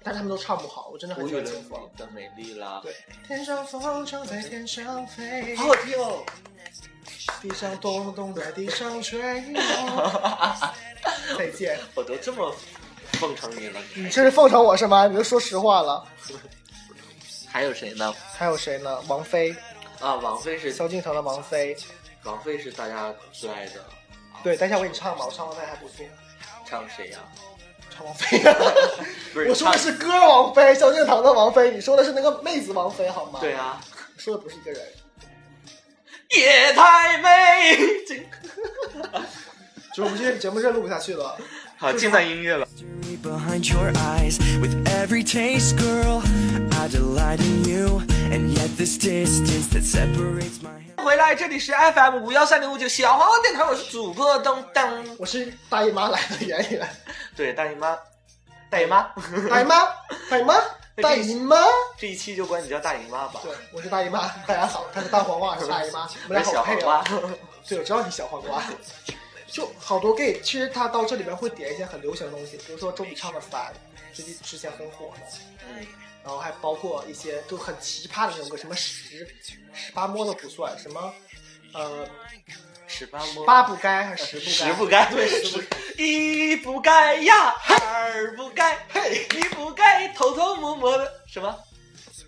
Speaker 3: 但是他们都唱不好，我真的
Speaker 2: 《无
Speaker 3: 很
Speaker 2: 与
Speaker 3: 喜欢
Speaker 2: 伦
Speaker 3: 清
Speaker 2: 比
Speaker 3: 风。
Speaker 2: 的美丽》啦，
Speaker 3: 对，天上风筝在天上飞，
Speaker 2: 好好听哦。
Speaker 3: 地上咚咚在地上吹。再见，
Speaker 2: 我都这么奉承你了，你
Speaker 3: 你这是奉承我是吗？你就说实话了。
Speaker 2: 还有谁呢？
Speaker 3: 还有谁呢？王菲，
Speaker 2: 啊，王菲是
Speaker 3: 萧敬腾的王菲。
Speaker 2: 王菲是大家最爱的，
Speaker 3: 对，等一下我给你唱吧，我唱王菲还不错。
Speaker 2: 唱谁呀、
Speaker 3: 唱王菲，
Speaker 2: 不是
Speaker 3: 我说的
Speaker 2: 唱
Speaker 3: 是歌王菲，萧敬腾的王菲，你说的是那个妹子王菲好吗？
Speaker 2: 对，啊，
Speaker 3: 说的不是一个人。
Speaker 2: 也太美。这
Speaker 3: 就是我们这期节目真录不下去了。
Speaker 2: 好，进段音乐了。
Speaker 1: mystery behind your eyes with every taste, girl. I delight in you, and yet this distance that separates my.
Speaker 2: 回来，这里是 FM 五幺三零五九小黄瓜电台，我是主播东东。
Speaker 3: 我是大姨妈来的演员，
Speaker 2: 对，大姨妈，大姨妈，
Speaker 3: 大姨妈，大姨妈，大姨妈。
Speaker 2: 这一期就管你叫大姨妈吧。
Speaker 3: 对，我是大姨妈，大家好，她是大黄瓜，我是大姨妈，我
Speaker 2: 我
Speaker 3: 们俩
Speaker 2: 是小
Speaker 3: 好
Speaker 2: 黄
Speaker 3: 配
Speaker 2: 瓜
Speaker 3: 啊。。对，我知道你小黄瓜。就好多 gay，其实他到这里边会点一些很流行的东西，比如说周笔畅的《烦》，最近之前很火的，
Speaker 2: 嗯，
Speaker 3: 然后还包括一些就很奇葩的那种歌，什么十十八摸都不算，什么呃
Speaker 2: 十八摸，
Speaker 3: 八不该还是十
Speaker 2: 十
Speaker 3: 不
Speaker 2: 不
Speaker 3: 该？
Speaker 2: 该，
Speaker 3: 对，十不该。
Speaker 2: 该，一不该呀，二不该，嘿，你不该偷偷摸摸的什么，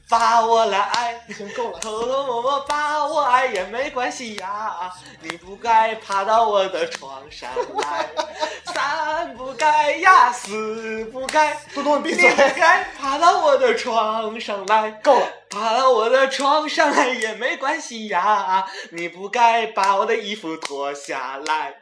Speaker 2: 把我来爱
Speaker 3: 已。经够了，
Speaker 2: 偷偷摸摸把我爱也没关系呀，你不该爬到我的床上 来，三不该呀，四不该，
Speaker 3: 多多你
Speaker 2: 你
Speaker 3: 闭
Speaker 2: 不
Speaker 3: 嘴，
Speaker 2: 该爬到我的床上来，
Speaker 3: 够了，
Speaker 2: 爬到我的床上来也没关系呀，你不该把我的衣服脱下来，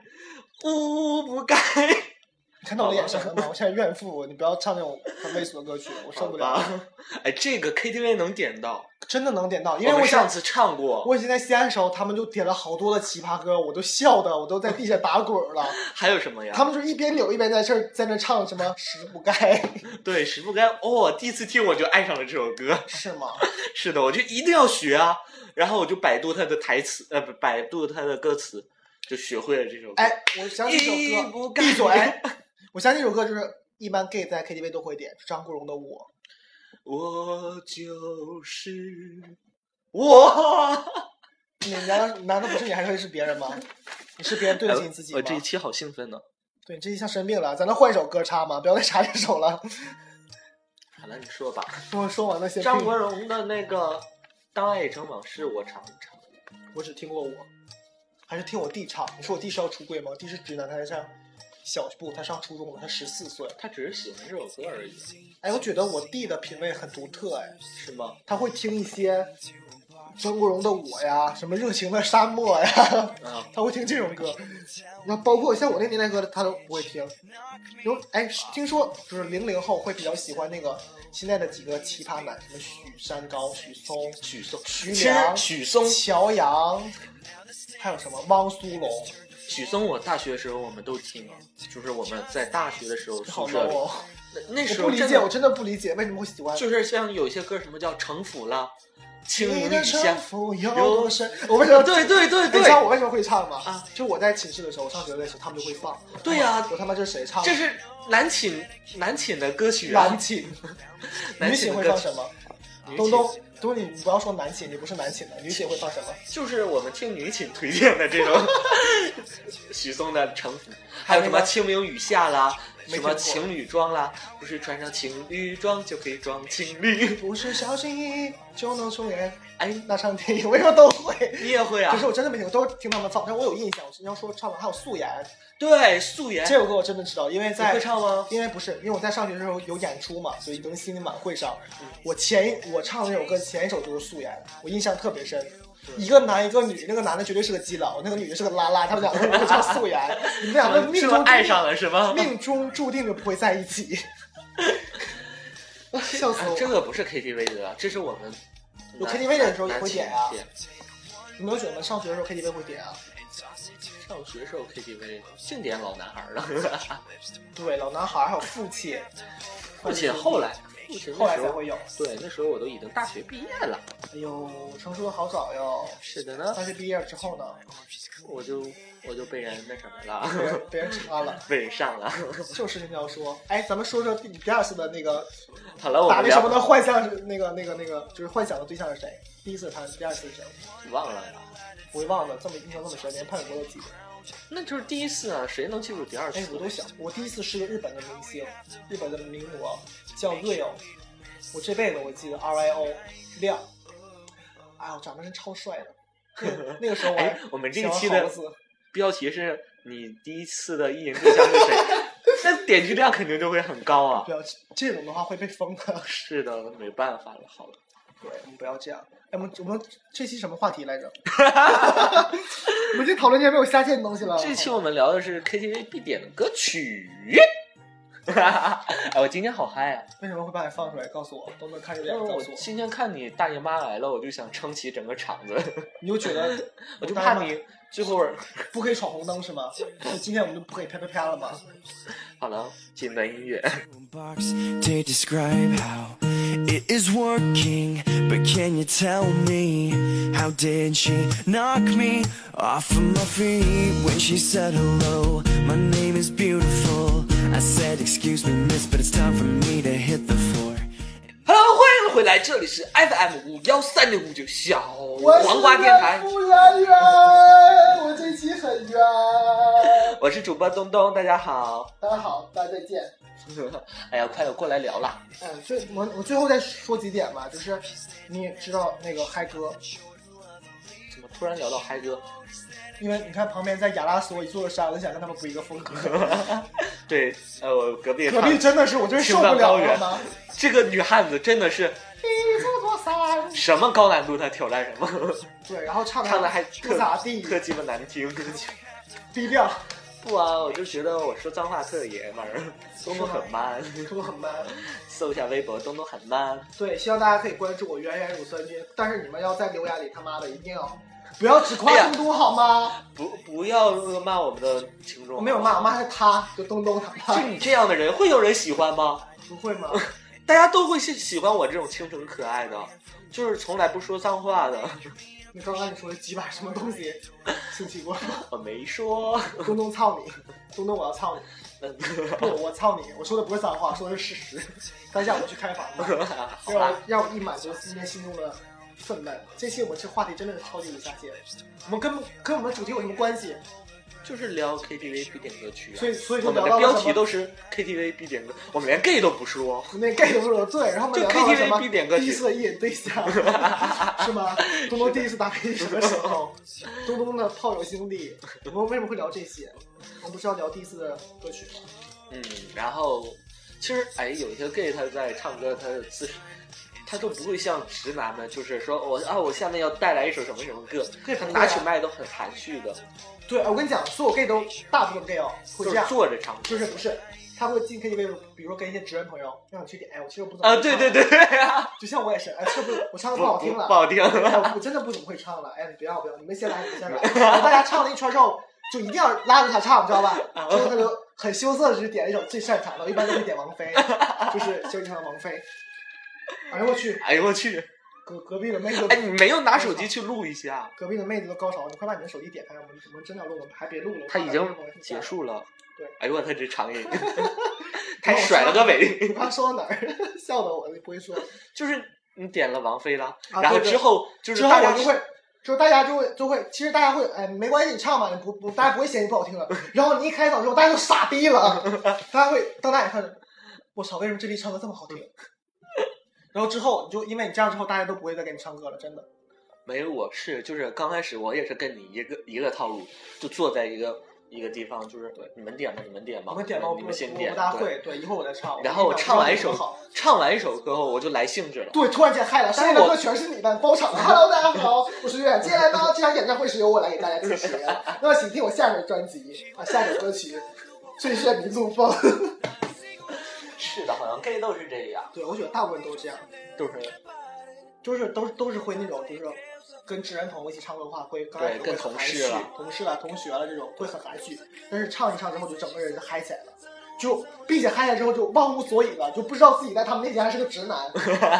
Speaker 2: 五不该，
Speaker 3: 你看到我的眼神了吗？我现在怨妇，你不要唱那种很猥琐的歌曲，我受不了。
Speaker 2: 吧？ 哎，这个 KTV 能点到，
Speaker 3: 真的能点到，因
Speaker 2: 我
Speaker 3: 为
Speaker 2: 们
Speaker 3: 我想
Speaker 2: 上次唱 过，
Speaker 3: 我以前在西安的时候，他们就点了好多的奇葩歌，我都笑的，我都在地下打滚了。
Speaker 2: 还有什么呀？
Speaker 3: 他们就一边扭一边在这儿在那唱什么“十不该
Speaker 2: 对，十不该哦，第一次听我就爱上了这首歌”，。
Speaker 3: 是吗？
Speaker 2: 是的，我就一定要学啊。然后我就百度他的台词，呃，不，百度他的歌词，就学会了这首歌。
Speaker 3: 哎，我想起一首
Speaker 2: 一
Speaker 3: 歌
Speaker 2: 不，该
Speaker 3: 闭嘴！ 我想起一首歌，就是一般 gay 在 KTV 都会点，张国荣的《我
Speaker 2: 我就是我，
Speaker 3: 你难道难道不是你，还会是别人吗？你是别人对得起你自己
Speaker 2: 我
Speaker 3: 吗？
Speaker 2: 哎呃这一期好兴奋呢。
Speaker 3: 对，这一下生病了，咱能换一首歌插吗？不要再插这首了。
Speaker 2: 好了，你说吧。
Speaker 3: 我说完那些病
Speaker 2: 张国荣的那个《当爱已成往事》，我尝一尝。
Speaker 3: 我只听过我，还是听我弟唱。你说我弟是要出柜吗？我弟是直男，他在上小不，他上初中了，他十四岁。
Speaker 2: 他只是喜欢这首歌而已，
Speaker 3: 哎，我觉得我弟的品味很独特，哎，
Speaker 2: 是吗？
Speaker 3: 他会听一些张国荣的《我》呀，什么《热情的沙漠》呀，
Speaker 2: 啊，
Speaker 3: 他会听这种歌。那包括像我那年代歌，他都不会听。有哎，听说就是零零后会比较喜欢那个现在的几个奇葩男，什么许山高、许嵩、
Speaker 2: 许嵩，
Speaker 3: 徐
Speaker 2: 其实
Speaker 3: 良、
Speaker 2: 许嵩，
Speaker 3: 乔洋，还有什么汪苏泷，
Speaker 2: 许嵩，我大学的时候我们都听啊，就是我们在大学的时候
Speaker 3: 好
Speaker 2: 宿
Speaker 3: low
Speaker 2: 舍里，
Speaker 3: 哦！
Speaker 2: 那那
Speaker 3: 我
Speaker 2: 时
Speaker 3: 不
Speaker 2: 候
Speaker 3: 理
Speaker 2: 真
Speaker 3: 解，我
Speaker 2: 的
Speaker 3: 真的不理解为什么会喜欢。
Speaker 2: 就是像有一些歌，什么叫城府了，青
Speaker 3: 你
Speaker 2: 云
Speaker 3: 的
Speaker 2: 底
Speaker 3: 城
Speaker 2: 下，
Speaker 3: 府有多深？我为什么
Speaker 2: 对对对
Speaker 3: 你知道
Speaker 2: 对，
Speaker 3: 我为什么会唱吗？
Speaker 2: 啊，
Speaker 3: 就我在寝室的时候，上学的时候，他们就会放。
Speaker 2: 对呀
Speaker 3: 我他妈这是谁唱的？
Speaker 2: 这是南寝南寝的歌曲啊
Speaker 3: 男， 寝。女
Speaker 2: 男
Speaker 3: 寝
Speaker 2: 寝的
Speaker 3: 会
Speaker 2: 歌
Speaker 3: 放
Speaker 2: 曲
Speaker 3: 什。么？
Speaker 2: 女寝
Speaker 3: 东东，东东，你不要说男寝，你不是男寝的，女寝会放什么？
Speaker 2: 就是我们听女寝推荐的这 种许嵩的《城府》，还有什么《清明雨下》啦，
Speaker 3: 没
Speaker 2: 什
Speaker 3: 听过
Speaker 2: 么情侣装啦，不是穿上情侣装就可以装情 侣。
Speaker 3: 不是小心翼翼就能出演。
Speaker 2: 哎，
Speaker 3: 那唱电影为什么都会？
Speaker 2: 你也会啊
Speaker 3: 可是？我真的没听，过，都是听他们放，但我有印象。你要说唱完还有素颜
Speaker 2: 对，素颜
Speaker 3: 这首歌，我真的知道，因为
Speaker 2: 你
Speaker 3: 在
Speaker 2: 会唱吗？
Speaker 3: 因为不是，因为我在上学的时候有演出嘛，所以迎新晚会上，
Speaker 2: 嗯
Speaker 3: 我前一我唱的那首歌前一首就是《素颜》，我印象特别深。一个男一个女，那个男的绝对是个基佬，那个女的是个拉拉，他们两个人都叫素颜， 你们两个命
Speaker 2: 是
Speaker 3: 中
Speaker 2: 吗
Speaker 3: 注定
Speaker 2: 爱上了是吗？
Speaker 3: 命中注定就不会在一起。 笑死
Speaker 2: 啊
Speaker 3: 我！
Speaker 2: 这个不是 KTV 的，这是我们
Speaker 3: 有
Speaker 2: 南
Speaker 3: KTV 的时候
Speaker 2: 南
Speaker 3: 也会
Speaker 2: 寝
Speaker 3: 点啊
Speaker 2: 点
Speaker 3: 你没有觉得上学的时候 KTV 会点啊？
Speaker 2: 上学时候 KTV 净点老男孩 了，
Speaker 3: 对，老男孩还有父亲，
Speaker 2: 父亲后来，父亲
Speaker 3: 后
Speaker 2: 那
Speaker 3: 来
Speaker 2: 时
Speaker 3: 才
Speaker 2: 候
Speaker 3: 会有。
Speaker 2: 对，那时候我都已经大学毕业了。
Speaker 3: 哎呦，成熟的好早哟！
Speaker 2: 是的呢
Speaker 3: 大，学毕业之后呢，
Speaker 2: 我就我就被人那什么
Speaker 3: 被
Speaker 2: 了，
Speaker 3: 人被人查了。
Speaker 2: 被人上了。
Speaker 3: 就是你要说，哎，咱们说说你第二次的那个
Speaker 2: 好了，我
Speaker 3: 打
Speaker 2: 们
Speaker 3: 那什么
Speaker 2: 聊
Speaker 3: 的幻想是，那个那个那个，就是幻想的对象是谁？第一次谈，第二次是谁？
Speaker 2: 忘了呀，
Speaker 3: 我也忘了，这么印象那么深，连潘玮柏都记得。
Speaker 2: 那就是第一次啊，谁能记住第二次
Speaker 3: 哎，？我都想，我第一次是个日本的明星，日本的名模叫 Rio，我这辈子我记得 R I O 亮，哎呦，长得真超帅的。 那个那个时候我还
Speaker 2: 哎我们这一
Speaker 3: 喜欢
Speaker 2: 期的
Speaker 3: 猴子
Speaker 2: 标题是你第一次的意淫对象是谁？ 那点击量肯定就会很高啊
Speaker 3: 不。要这种的话会被封的。
Speaker 2: 是的，没办法了，好了，
Speaker 3: 对，我们不要这样。哎，我们我们这期什么话题来着？ 我们已经讨论这些没有下线的东西了。
Speaker 2: 这期我们聊的是 KTV 必点的歌曲。 哎，我今天好嗨啊！
Speaker 3: 为什么会把你放出来？告诉我，都能看着脸
Speaker 2: 因为
Speaker 3: 告
Speaker 2: 我
Speaker 3: 诉我。
Speaker 2: 今天看你大姨妈来了，我就想撑起整个场子，
Speaker 3: 你就觉得
Speaker 2: 我就
Speaker 3: 大姨
Speaker 2: 怕
Speaker 3: 妈
Speaker 2: 你最后
Speaker 3: 不可以闯红灯是吗？就今天我们就不可以啪啪啪了 吗？
Speaker 2: 好了，简单音乐。
Speaker 1: box to describe how it is working. But can you tell me how did she knock me off of my feet when she said hello? My name is beautiful. I said, Excuse me, miss, but it's time for me to hit the floor.
Speaker 2: Hello，欢迎回来，这里是 FM 五幺三零五九小黄瓜电台，
Speaker 3: 不然圆，我这期很冤。
Speaker 2: 我是主播东东，大家好。
Speaker 3: 大家好，大家再见。
Speaker 2: 哎呀，快点过来聊啦！
Speaker 3: 嗯，最我我最后再说几点吧，就是你也知道那个嗨哥，
Speaker 2: 怎么突然聊到嗨哥？
Speaker 3: 因为你看旁边在亚拉索一座山，我就想跟他们不一个风格。
Speaker 2: 对，呃，我隔壁
Speaker 3: 隔壁真的是，我真是受不了了吗？
Speaker 2: 这个女汉子真的是
Speaker 3: 一座山。
Speaker 2: 什么高难度她挑战什么，
Speaker 3: 对，然后唱的
Speaker 2: 唱的还
Speaker 3: 不
Speaker 2: 特
Speaker 3: 咋地，
Speaker 2: 特鸡巴难听。
Speaker 3: 低调，
Speaker 2: 不啊，我就觉得我说脏话特爷们儿，东东很 man，
Speaker 3: 可很 man。
Speaker 2: 搜一下微博，东东很 man。
Speaker 3: 对，希望大家可以关注我圆圆乳酸菌，但是你们要在留言里他妈的一定要不要只
Speaker 2: 哎
Speaker 3: 夸
Speaker 2: 呀
Speaker 3: 东东好吗？
Speaker 2: 不不要骂我们的听众，
Speaker 3: 我没有骂，我骂是他，就东东他
Speaker 2: 就
Speaker 3: 妈
Speaker 2: 你这样的人，会有人喜欢吗？
Speaker 3: 不会吗？
Speaker 2: 大家都会喜喜欢我这种清纯可爱的，就是从来不说脏话的。
Speaker 3: 你刚刚你说的几把什么东西？生气过？
Speaker 2: 我没说，
Speaker 3: 东东操你，东东我要操你，不，我操你！我说的不是脏话，说的是事实。等一下我们去开房吧，
Speaker 2: 好
Speaker 3: 让
Speaker 2: 吧
Speaker 3: 我，让我一满足今天心中的愤懑。这期我们这话题真的是超级无下限，我们跟跟我们的主题有什么关系？
Speaker 2: 就是聊 KTV 必点歌曲、啊，
Speaker 3: 所以所以就
Speaker 2: 我
Speaker 3: 聊
Speaker 2: 们的
Speaker 3: 到了
Speaker 2: 标
Speaker 3: 什
Speaker 2: 题
Speaker 3: 么？
Speaker 2: 都是 KTV 必点歌，我们连 gay 都不说，
Speaker 3: 那 gay 都是对，然后我们聊
Speaker 2: 就
Speaker 3: 到了
Speaker 2: KTV
Speaker 3: 什么？
Speaker 2: 必点歌曲
Speaker 3: 第一次的一眼对象是吗？东东第一次打飞机什么时候？东东的炮友经历，我们为什么会聊这些？我们不是要聊第一次的歌曲吗？
Speaker 2: 嗯，然后其实哎，有一些 gay 他在唱歌，他的姿势。他都不会像直男们，就是说我啊，我下面要带来一首什么什么歌，他
Speaker 3: 啊
Speaker 2: 拿起麦都很含蓄的，
Speaker 3: 对，我跟你讲，所有 gay 都大部分 gay 哦会
Speaker 2: 就
Speaker 3: 这
Speaker 2: 是
Speaker 3: 样，
Speaker 2: 坐着唱歌，
Speaker 3: 就是不是，他会进 KTV，比如说跟一些直人朋友，让你去点，哎，我其实我不怎么
Speaker 2: 啊，
Speaker 3: 会
Speaker 2: 对
Speaker 3: 唱
Speaker 2: 对，对，
Speaker 3: 就像我也是，哎，是不是我唱的
Speaker 2: 不
Speaker 3: 不好听了？
Speaker 2: 不好听，
Speaker 3: 哎，我我真的不怎么会唱了，哎，你不要不要，你们先来，你们先来。然后大家唱了一圈之后，就一定要拉着他唱，知道 吧？最后他就很羞涩的去点了一首最擅长的，我一般都会点王菲，就是萧敬腾的王菲。哎呦我去，
Speaker 2: 哎呦我去，
Speaker 3: 隔隔壁的妹子
Speaker 2: 哎，，你没有拿手机去录一下？
Speaker 3: 隔壁的妹子都高潮，你快把你的手机点开，我们我们真的要录，我们还别录了。
Speaker 2: 他已
Speaker 3: 我
Speaker 2: 经
Speaker 3: 怕把人
Speaker 2: 结束了。
Speaker 3: 对，
Speaker 2: 哎呦我，他这 长音，他甩了个尾，
Speaker 3: 你怕说到哪儿， 笑得我就不会说。
Speaker 2: 就是你点了王菲了，
Speaker 3: 啊
Speaker 2: 然后
Speaker 3: 对对
Speaker 2: 之后就是
Speaker 3: 之后
Speaker 2: 大
Speaker 3: 我
Speaker 2: 家
Speaker 3: 就会，就是大家就会就会，其实大家会，哎，没关系，你唱吧，你不不，大家不会嫌你不好听的。然后你一开嗓之后，大家就傻逼了啊，大家会瞪大眼看着，我操，为什么这里唱歌这么好听？然后之后你就因为你这样之后，大家都不会再给你唱歌了，真的。
Speaker 2: 没有，我是就是刚开始我也是跟你一个一个套路，就坐在一个一个地方，就是你们点吧，你们点吧，
Speaker 3: 我们点吧，我
Speaker 2: 你
Speaker 3: 不
Speaker 2: 们先
Speaker 3: 我
Speaker 2: 点，
Speaker 3: 不大
Speaker 2: 对。
Speaker 3: 会，对，一会儿我再唱。
Speaker 2: 然后我唱完一首
Speaker 3: 好，，
Speaker 2: 唱完一首歌后我就来兴致了，
Speaker 3: 对，突然间嗨了，上面的歌全是你的包场的。Hello，大家好，我是远。接下来呢，这场演唱会是由我来给大家主持。那么请听我下一首专辑啊，下一首歌曲《最炫民族风》。
Speaker 2: 是的，好像 gay 都是这样，
Speaker 3: 对，我觉得大部分都是这样，
Speaker 2: 都是
Speaker 3: 就是都是都是会那种，就是跟直男朋友一起唱歌的话，会刚开始
Speaker 2: 对
Speaker 3: 会
Speaker 2: 跟
Speaker 3: 很
Speaker 2: 同
Speaker 3: 含
Speaker 2: 事
Speaker 3: 蓄
Speaker 2: 了、
Speaker 3: 同事了、同学了这种会很含蓄，但是唱一唱之后就整个人就嗨起来了，就并且嗨起来之后就忘乎所以了，就不知道自己在他们面前还是个直男，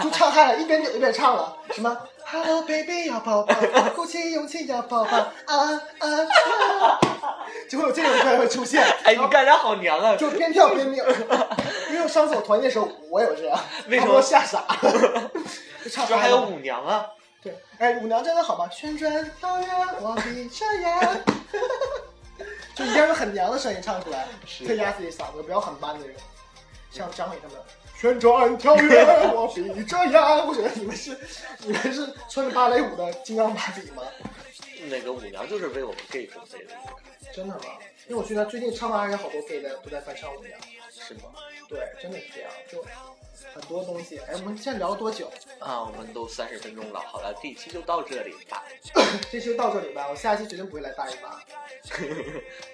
Speaker 3: 就唱嗨了，一边扭一边唱了什么 Hello baby 要抱抱，鼓起勇气要抱抱啊啊啊，就会有这种歌会出现，
Speaker 2: 哎，
Speaker 3: 然
Speaker 2: 你
Speaker 3: 后
Speaker 2: 干啥好娘啊？
Speaker 3: 就边跳边扭，因为上次我团建的时候我也有这样，
Speaker 2: 为什
Speaker 3: 他
Speaker 2: 么
Speaker 3: 们都吓 傻了，就唱
Speaker 2: 这
Speaker 3: 嗨
Speaker 2: 还有
Speaker 3: 了。
Speaker 2: 舞娘啊，
Speaker 3: 对，哎，舞娘真的好吗？旋转跳跃，我闭着眼， 就一定要用很娘的声音唱出来，
Speaker 2: 是
Speaker 3: 可以压自己嗓子，不要很 man 的人，像张伟他们。旋转跳跃，我闭着眼。我觉得你们是你们是穿着芭蕾舞的金刚芭比吗？
Speaker 2: 那个舞娘就是为我们 gay 准备的，
Speaker 3: 真的吗？因为我觉得最近唱吧有好多 gay 的都在翻唱舞娘，
Speaker 2: 是吗？
Speaker 3: 对，真的是这样，就很多东西。哎，我们现在聊了多久？
Speaker 2: 啊，我们都三十分钟了，好了，这一期就到这里吧。
Speaker 3: 这期就到这里吧，我下期绝对不会来大姨妈。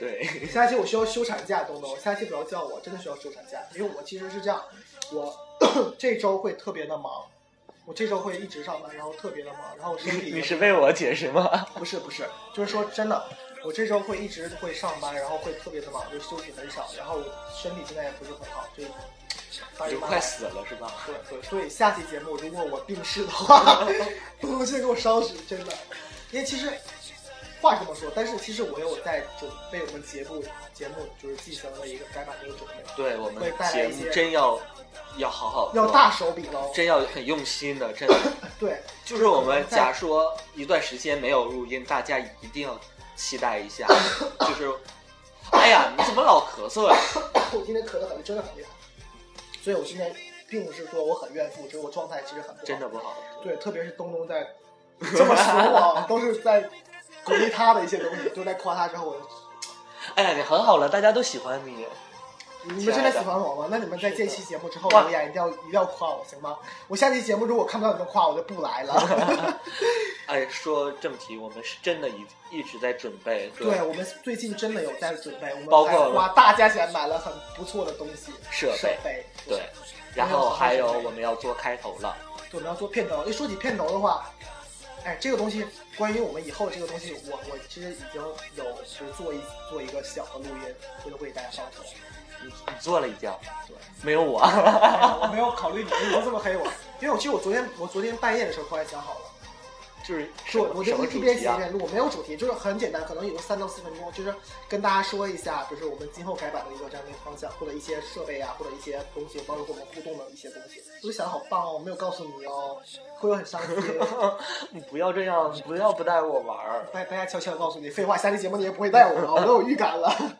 Speaker 2: 对，
Speaker 3: 下期我需要休产假，东东，下期不要叫我，真的需要休产假，因为我其实是这样，我 这周会特别的忙，我这周会一直上班，然后特别的忙，然后身体
Speaker 2: 你是为我解释吗？
Speaker 3: 不是不是，就是说真的，我这周会一直会上班，然后会特别的忙，就休息很少，然后我身体现在也不是很好，就大
Speaker 2: 你
Speaker 3: 姨
Speaker 2: 就
Speaker 3: 妈
Speaker 2: 快死了是吧？
Speaker 3: 对对，所以下期节目如果我病逝的话， 东东先给我烧死，真的。因为其实话是这么说，但是其实我有在准备我们节目节目就是进行了一个改版的一个准备，
Speaker 2: 对我们
Speaker 3: 会带来
Speaker 2: 节
Speaker 3: 一
Speaker 2: 目
Speaker 3: 些
Speaker 2: 真要要好好做
Speaker 3: 要大，手笔喽。
Speaker 2: 真要很用心的，真的
Speaker 3: 对，
Speaker 2: 就是我们假说一段时间没有录音，大家一定要期待一下，就是。哎呀，你怎么老咳嗽呀、
Speaker 3: 我今天咳得很真的很厉害，所以我现在并不是说我很怨妇，就是我状态其实很不好。
Speaker 2: 真的不好。
Speaker 3: 对，特别是东东 在这么说我，都是在鼓励他的一些东西，都在夸他之后，我
Speaker 2: 哎呀，你很好了，大家都喜欢你。
Speaker 3: 你们真的喜欢我吗？那你们在这期节目之后
Speaker 2: 哇
Speaker 3: 留言一定要一定要夸我行吗？我下期节目如果看不到你们夸我就不来 了。
Speaker 2: 哎，说正题，我们是真的一一直在准备。
Speaker 3: 对，我们最近真的有在准备，
Speaker 2: 包
Speaker 3: 我
Speaker 2: 括
Speaker 3: 们还花大价钱买了很不错的东西
Speaker 2: 设备
Speaker 3: 设备。
Speaker 2: 对，然后还有我们要做开头了，
Speaker 3: 对，我们要做片头。一说起片头的话，哎，这个东西关于我们以后的这个东西，我我其实已经有就是做一做一个小的录音，回头会给大家放出来。
Speaker 2: 你你做了一觉，
Speaker 3: 对，
Speaker 2: 没有我，
Speaker 3: 哎我没有考虑你，你们这么黑我，因为我其实我昨天我昨天半夜的时候突然想好了，
Speaker 2: 就是什
Speaker 3: 我
Speaker 2: 么
Speaker 3: 我就
Speaker 2: 什么
Speaker 3: 一
Speaker 2: 主
Speaker 3: 边
Speaker 2: 题
Speaker 3: 写一
Speaker 2: 啊？
Speaker 3: 边录，我没有主题，就是很简单，可能有三到四分钟，就是跟大家说一下，就是我们今后改版的一个这样的一个方向，或者一些设备啊，或者一些东西，包括我们互动的一些东西。我就想好棒哦，我没有告诉你哦，会有很伤心。
Speaker 2: 你不要这样，不要不带我玩儿。
Speaker 3: 大大家悄悄地告诉你，废话，下期节目你也不会带我了，我都有预感了。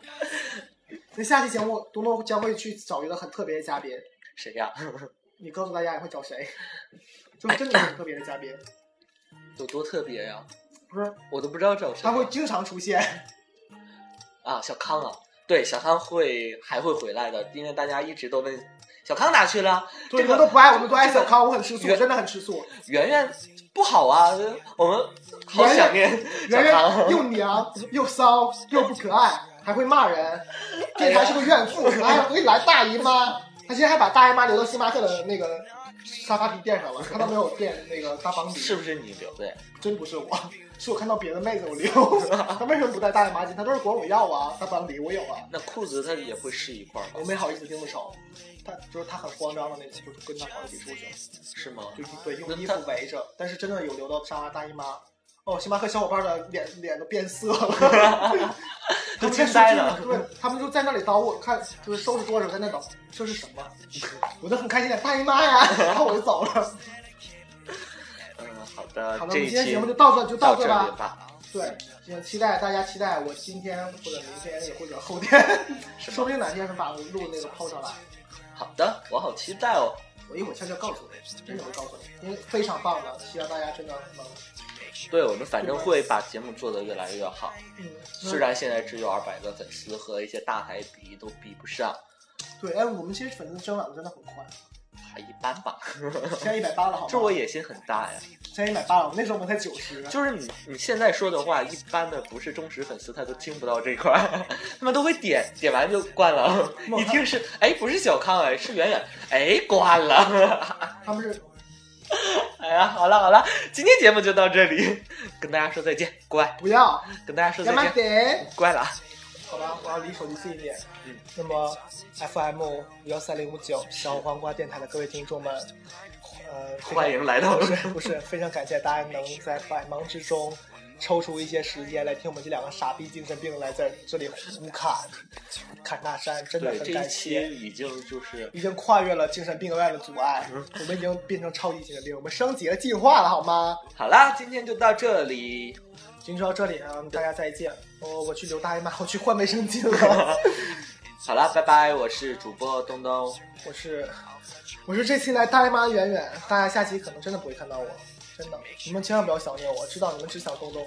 Speaker 3: 那下期节目，东东将会去找一个很特别的嘉宾，
Speaker 2: 谁呀、
Speaker 3: 你告诉大家你会找谁？ 就是真的很特别的嘉宾，
Speaker 2: 有多特别呀、
Speaker 3: 不是
Speaker 2: 我都不知道找谁
Speaker 3: 他
Speaker 2: 啊。
Speaker 3: 会经常出现。
Speaker 2: 啊，小康啊，对，小康会还会回来的，因为大家一直都问小康哪去了。
Speaker 3: 对，你
Speaker 2: 这个
Speaker 3: 们都不爱我们，都爱小康，我很吃醋，
Speaker 2: 原
Speaker 3: 真的很吃醋。
Speaker 2: 圆圆不好啊，我们好
Speaker 3: 圆圆
Speaker 2: 想念 小
Speaker 3: 圆圆
Speaker 2: 康。
Speaker 3: 又娘又骚又不可爱，还会骂人，这还是个怨
Speaker 2: 哎
Speaker 3: 妇，哎还会来大姨妈。她今天还把大姨妈留到星巴克的那个沙发皮垫上了，看到没有垫那个大房底，
Speaker 2: 是不是你留的呀？
Speaker 3: 真不是我，是我看到别的妹子我留。她为什么不带大姨妈巾？她都是管我要啊，大房底我有啊，
Speaker 2: 那裤子它也会是一块儿吗
Speaker 3: 我？没好意思盯着手。她就是她很慌张的那种，就是跟她好几出去，
Speaker 2: 是吗？
Speaker 3: 就一对用衣服围着，但是真的有留到沙发大姨妈。哦，星巴克小伙伴的脸脸都变色了。
Speaker 2: 都
Speaker 3: 都
Speaker 2: 惊呆了。
Speaker 3: 对，他们就在那里捣我看，就是收拾桌子在那捣，这是什么？我就很开心的大姨妈呀，然后我就走了。
Speaker 2: 嗯，好的，
Speaker 3: 好了，我
Speaker 2: 啊这
Speaker 3: 们
Speaker 2: 一
Speaker 3: 今天
Speaker 2: 期
Speaker 3: 节目就到这就
Speaker 2: 到
Speaker 3: 这
Speaker 2: 这里
Speaker 3: 吧。
Speaker 2: 吧。
Speaker 3: 对，也期待大家期待我今天或者明天也或者后天，说不定哪天能把录那个抛上来。
Speaker 2: 好的，我好期待哦。
Speaker 3: 我一会儿悄悄告诉你，真的会告诉你，因为非常棒的，希望大家真的能，
Speaker 2: 对我们反正会把节目做得越来越好，
Speaker 3: 嗯，
Speaker 2: 虽然现在只有二百个粉丝，和一些大台比都比不上，
Speaker 3: 对，哎，我们其实粉丝增长得真的很 快，
Speaker 2: 还一般吧。
Speaker 3: 现在一百八了，好吗？
Speaker 2: 这我野心很大呀。
Speaker 3: 现在一百八了，我那时候我们才九十。
Speaker 2: 就是你你现在说的话，一般的不是忠实粉丝，他都听不到这块儿， 他们都会点点完就关了。一听是哎，不是小康哎，是圆圆哎，关了。
Speaker 3: 他们是
Speaker 2: 哎呀，好了好了，今天节目就到这里，跟大家说再见，乖，
Speaker 3: 不要，
Speaker 2: 跟大家说再
Speaker 3: 干嘛
Speaker 2: 见，
Speaker 3: 得？
Speaker 2: 乖了啊。
Speaker 3: 好吧，我要离手机近一点。
Speaker 2: 嗯，
Speaker 3: 那么 FM 幺三零五九小黄瓜电台的各位听众们，呃，非常
Speaker 2: 欢迎来到
Speaker 3: 不是不是，非常 感谢大家能在百忙之中抽出一些时间来听我们这两个傻逼精神病来在这里胡侃侃大山，真的
Speaker 2: 对，
Speaker 3: 很
Speaker 2: 这一
Speaker 3: 感
Speaker 2: 期
Speaker 3: 谢。
Speaker 2: 已经就是
Speaker 3: 已经跨越了精神病院的阻碍，我们已经变成超级精神病，我们升级了、进化了，好吗？
Speaker 2: 好啦，今天就到这里，
Speaker 3: 今天就到这里啊，大家再见。我、我去留大姨妈，我去换卫生巾了。
Speaker 2: 好啦，拜拜，我是主播东东，
Speaker 3: 我是我是这期来大姨妈远远，大家下期可能真的不会看到我，真的，你们千万不要想念我，知道你们只想东东，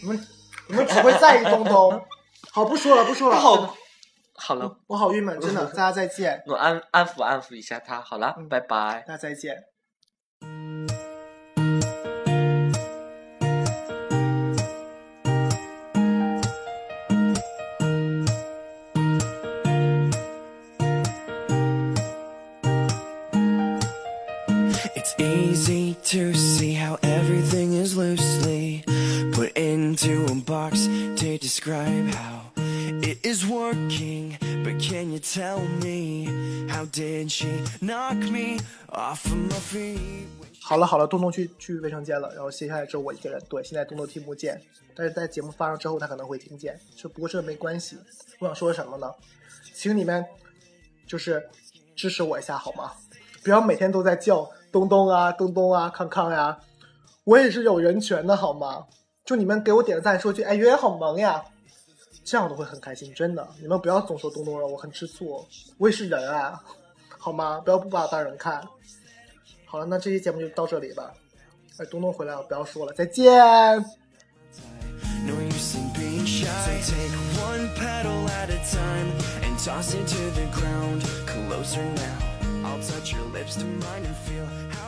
Speaker 3: 你们你们只会在意东东。好，不说了，不说了，真的
Speaker 2: 好，好了，
Speaker 3: 我好郁闷，真的，大家再见，
Speaker 2: 我安安抚安抚一下他，好啦，
Speaker 3: 嗯
Speaker 2: 拜拜。
Speaker 3: 大家再见。
Speaker 1: It's easy to see how everything is loosely put into a box to describe how it is working. But can you tell me how did she knock me off of my feet?
Speaker 3: 好了好了，东东去去卫生间了，然后接下来只有我一个人。对，现在东东听不见，但是在节目发上之后，他可能会听见。这不过这没关系。我想说什么呢？请你们就是支持我一下好吗？不要每天都在叫东东啊、东东啊、康康呀、我也是有人权的好吗？就你们给我点赞，说句哎圆圆好萌呀，这样我都会很开心，真的。你们不要总说东东了，我很吃醋，我也是人啊，好吗？不要不把我当人看。好了，那这期节目就到这里吧。哎，东东回来了，不要说了，再见。
Speaker 1: No use in being shy. So take one petal at a time and toss it to the ground. Closer now. I'll touch your lips to mine and feel how